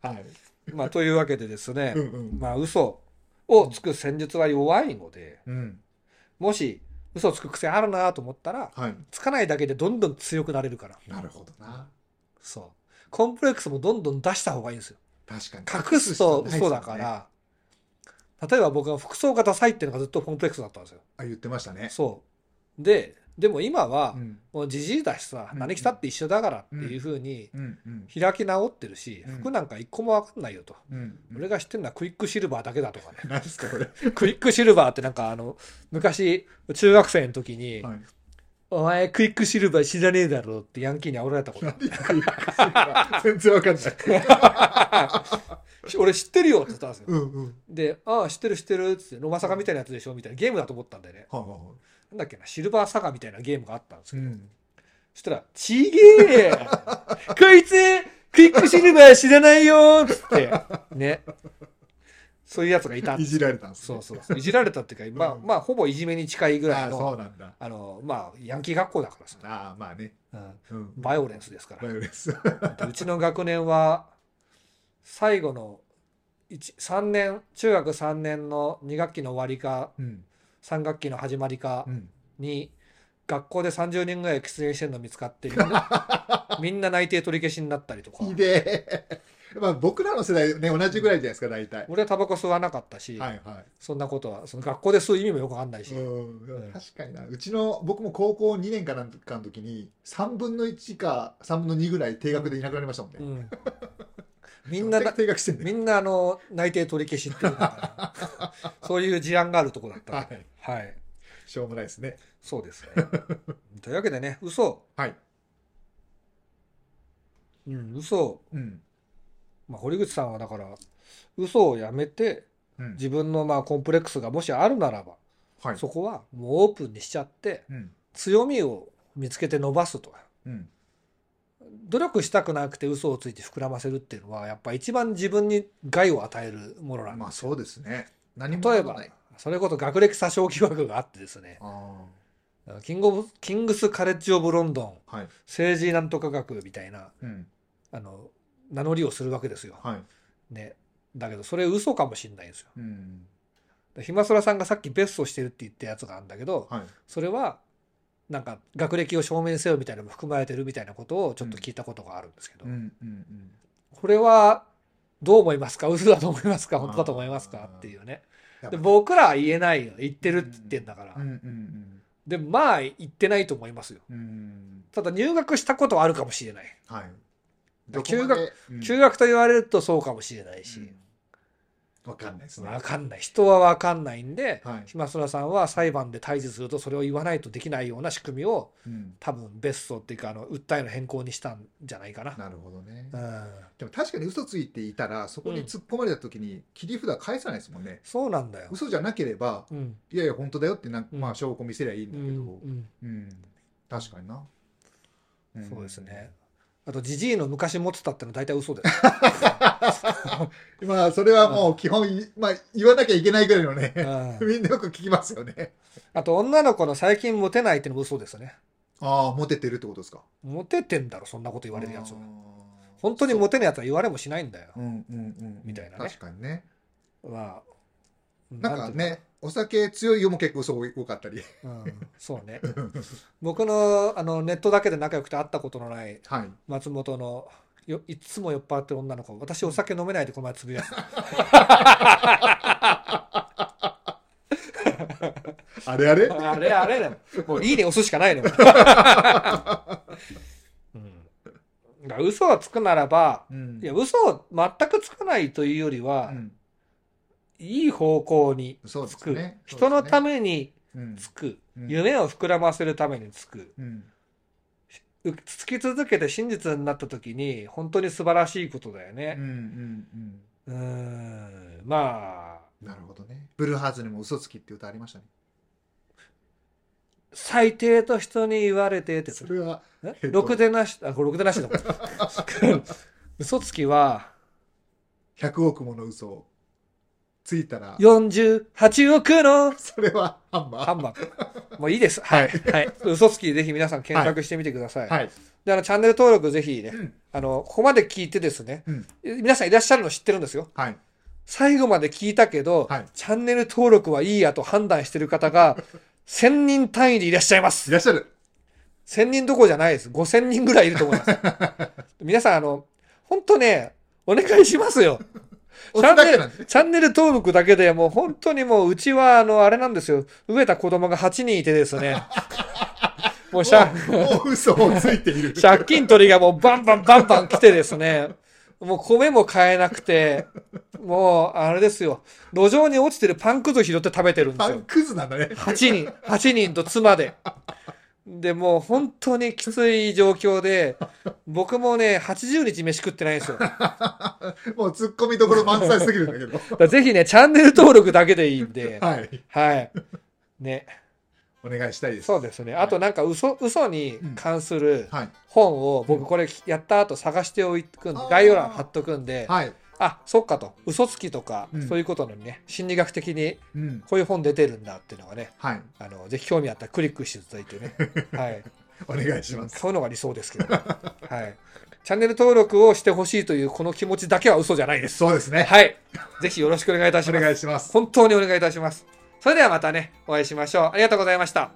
はい、まあ、というわけでですねう、んうんまあ、嘘をつく戦術は弱いので、うんもし、嘘をつく癖あるなと思ったら、はいつかないだけでどんどん強くなれるから。なるほどなそう。コンプレックスもどんどん出した方がいいんですよ。確かに隠すと嘘だから。例えば僕は服装がダサいっていうのがずっとコンプレックスだったんですよ。あ言ってましたねそう。で、でも今はう、んもうじじいだしさ、うん何着たって一緒だからっていうふうにうんうん開き直ってるし、うん服なんか一個もわかんないよと。うん。俺が知ってるのはクイックシルバーだけだとかね 何ですかこれクイックシルバーってなんかあの、昔、中学生の時に、はいお前クイックシルバー知らねえだろってヤンキーに煽られたこと ある。全然わかんない俺知ってるよって言ったんですよ。うんうんで、ああ、知ってる知ってるっつって、ロマサガみたいなやつでしょみたいなゲームだと思ったんだよね。はいはなんだっけな、シルバーサガみたいなゲームがあったんですいよ。んそしたら、ちげ えこいつクイックシルバー知らないよっつって、ね。そういうやつがいたんいですじられたんですそねうそうそう。いじられたっていうか、まあ、うんまあ、ほぼいじめに近いぐらあいあその、うなんだあの、まあ、ヤンキー学校だからさ、ああまあねううんんバイオレンスですかバら。イオレンスでうちの学年は、最後の一3年、中学3年の2学期の終わりか、うん3学期の始まりかうんに学校で30人 ぐらい喫煙してるの見つかってみんなみんな内定取り消しになったりとかいいでまあ僕らの世代ね、同じぐらいじゃないですか、大体。俺はタバコ吸わなかったし、はいはそんなことはその学校で吸う意味もよくわかんないい。し、ううんん、確かにな。うちの、僕も高校2年かなんかの時に、3分の1か3分の2ぐらい定額でいなくなりましたもんね。うんみんなな定額してんね。みんなあの内定取り消しっていうのか なそういう事案があるとこだったんはでい。はいしょうもないですね。そうです ねというわけでね嘘はい。うん嘘をうん。まあ、堀口さんはだから嘘をやめてうん。自分のまあコンプレックスがもしあるならば、はい。そこはもうオープンにしちゃってうん。強みを見つけて伸ばすとうん。努力したくなくて嘘をついて膨らませるっていうのはやっぱ一番自分に害を与えるものなんでまあす、そうですね。何も例えわばかんない。それこそ学歴詐称疑惑があってですねあキングオブキングス・カレッジ・オブ・ロンドンあ。はい。政治なんとか学みたいなうん。あの名乗りをするわけですよ、はい。ね、だけどそれ嘘かもしれないんですようん。でひまそらさんがさっきベストしてるって言ったやつがあるんだけど、はい。それはなんか学歴を証明せよみたいなのも含まれてるみたいなことをちょっと聞いたことがあるんですけど、うん。うん。うん。これはどう思いますか嘘だと思いますか本当だと思いますかあーっていうねやっぱで僕らは言えないよ言ってるって言ってんだから、うん。うん。でまあ言ってないと思いますようん。うん。ただ入学したことはあるかもしれない、はい。だからどこまで、うん中学と言われるとそうかもしれないし、わかんないですね。分かんない人は分かんないんで、はいひまそらさんは裁判で対峙するとそれを言わないとできないような仕組みをうん。多分ベストっていうかあの訴えの変更にしたんじゃないかな。なるほどねう。ん、でも確かに嘘ついていたら、そこに突っ込まれた時に切り札返さないですもんね。そうなんだよ。嘘じゃなければ、うんいやいや、本当だよってなんか、うんまあ、証拠見せりゃいいんうだんけど、うんうん、確かにな、んそうですね。あとジジイの昔持ってたってのは大体嘘ですまあそれはもう基本、まあ、言わなきゃいけないぐらいのうね、んみんなよく聞きますよねあと女の子の最近モテないってのも嘘ですね。ああモテてるってことですかモテてんだろそんなこと言われるやつあはー。本当にモテないやつは言われもしないんだよ。うんうんうんみたいなね確かにねまあなんかていうねお酒強いよも結構嘘多かったりのかなうん、そうね。僕のあのネットだけで仲良くて会ったことのないはい松本のよいつも酔っ払ってる女の子私お酒飲めないでこの前つぶやいたあれあれあれあれだよ。もういいね押すしかないのよ。うん、だから嘘をつくならば、うんいや、嘘を全くつかないというよりは、うんいい方向にそうですつく、ね人のためめにつく、夢を膨らませるためにつく、うつき続けて真実になった時に、本当に素晴らしいことだよね。うーん、まあ、なるほどねブルーハーズにも嘘つきって歌ありましたね最低と人に言われてってそれはええっとろくでなし、あ、これろくでなしだも ん。嘘つきは100億もの嘘をついたら48億のそれはハンマーハンマー。もういいです。はい。はい。嘘つきぜひ皆さん検索してみてください。はいで、あの、チャンネル登録ぜひね、うんあの、ここまで聞いてですね、うん皆さんいらっしゃるの知ってるんですよ。はい最後まで聞いたけど、はいチャンネル登録はいいやと判断してる方が、1000人単位でいらっしゃいまいす。らっしゃる1000人どころじゃないです。5000人ぐらいいると思 います。皆さん、あの、ほんとね、お願いしますよ。チャ 押すンだネけなんでル、チャンネル登録だけでもう本当にもううちはあの、あれなんですよ。飢えた子供が8人いてです ね。もう借もう嘘をついている借金取りがもうバンバンバンバン来てですね。もう米も買えなくて、もうあれですよ。路上に落ちてるパンくず拾って食べてるんでパすンよ。クズなんだね8人、8人と妻で。で、もう本当にきつい状況で、僕もね、80日飯食ってないんですよ。もうツッコミどころ満載すぎるんだけどだからぜひね、チャンネル登録だけでいいんで、はいはい。ね。お願いしたいですそうですね。あとなんか嘘、嘘に関するはい本を僕これやった後探しておいくんであ、ー概要欄貼っとくんで、はいあ、そっかと、嘘つきとかう、んそういうことのね、心理学的にうんこういう本出てるんだっていうのがね、はいあの、ぜひ興味あったらクリックしていただいてね、 はい。お願いします買うのが理想ですけど、 はい。チャンネル登録をしてほしいというこの気持ちだけは嘘じゃないです。そうですねはい。ぜひよろしくお願いいたしおます願。いします本当にお願いいたします。それではまたね、お会いしましょう。ありがとうございました。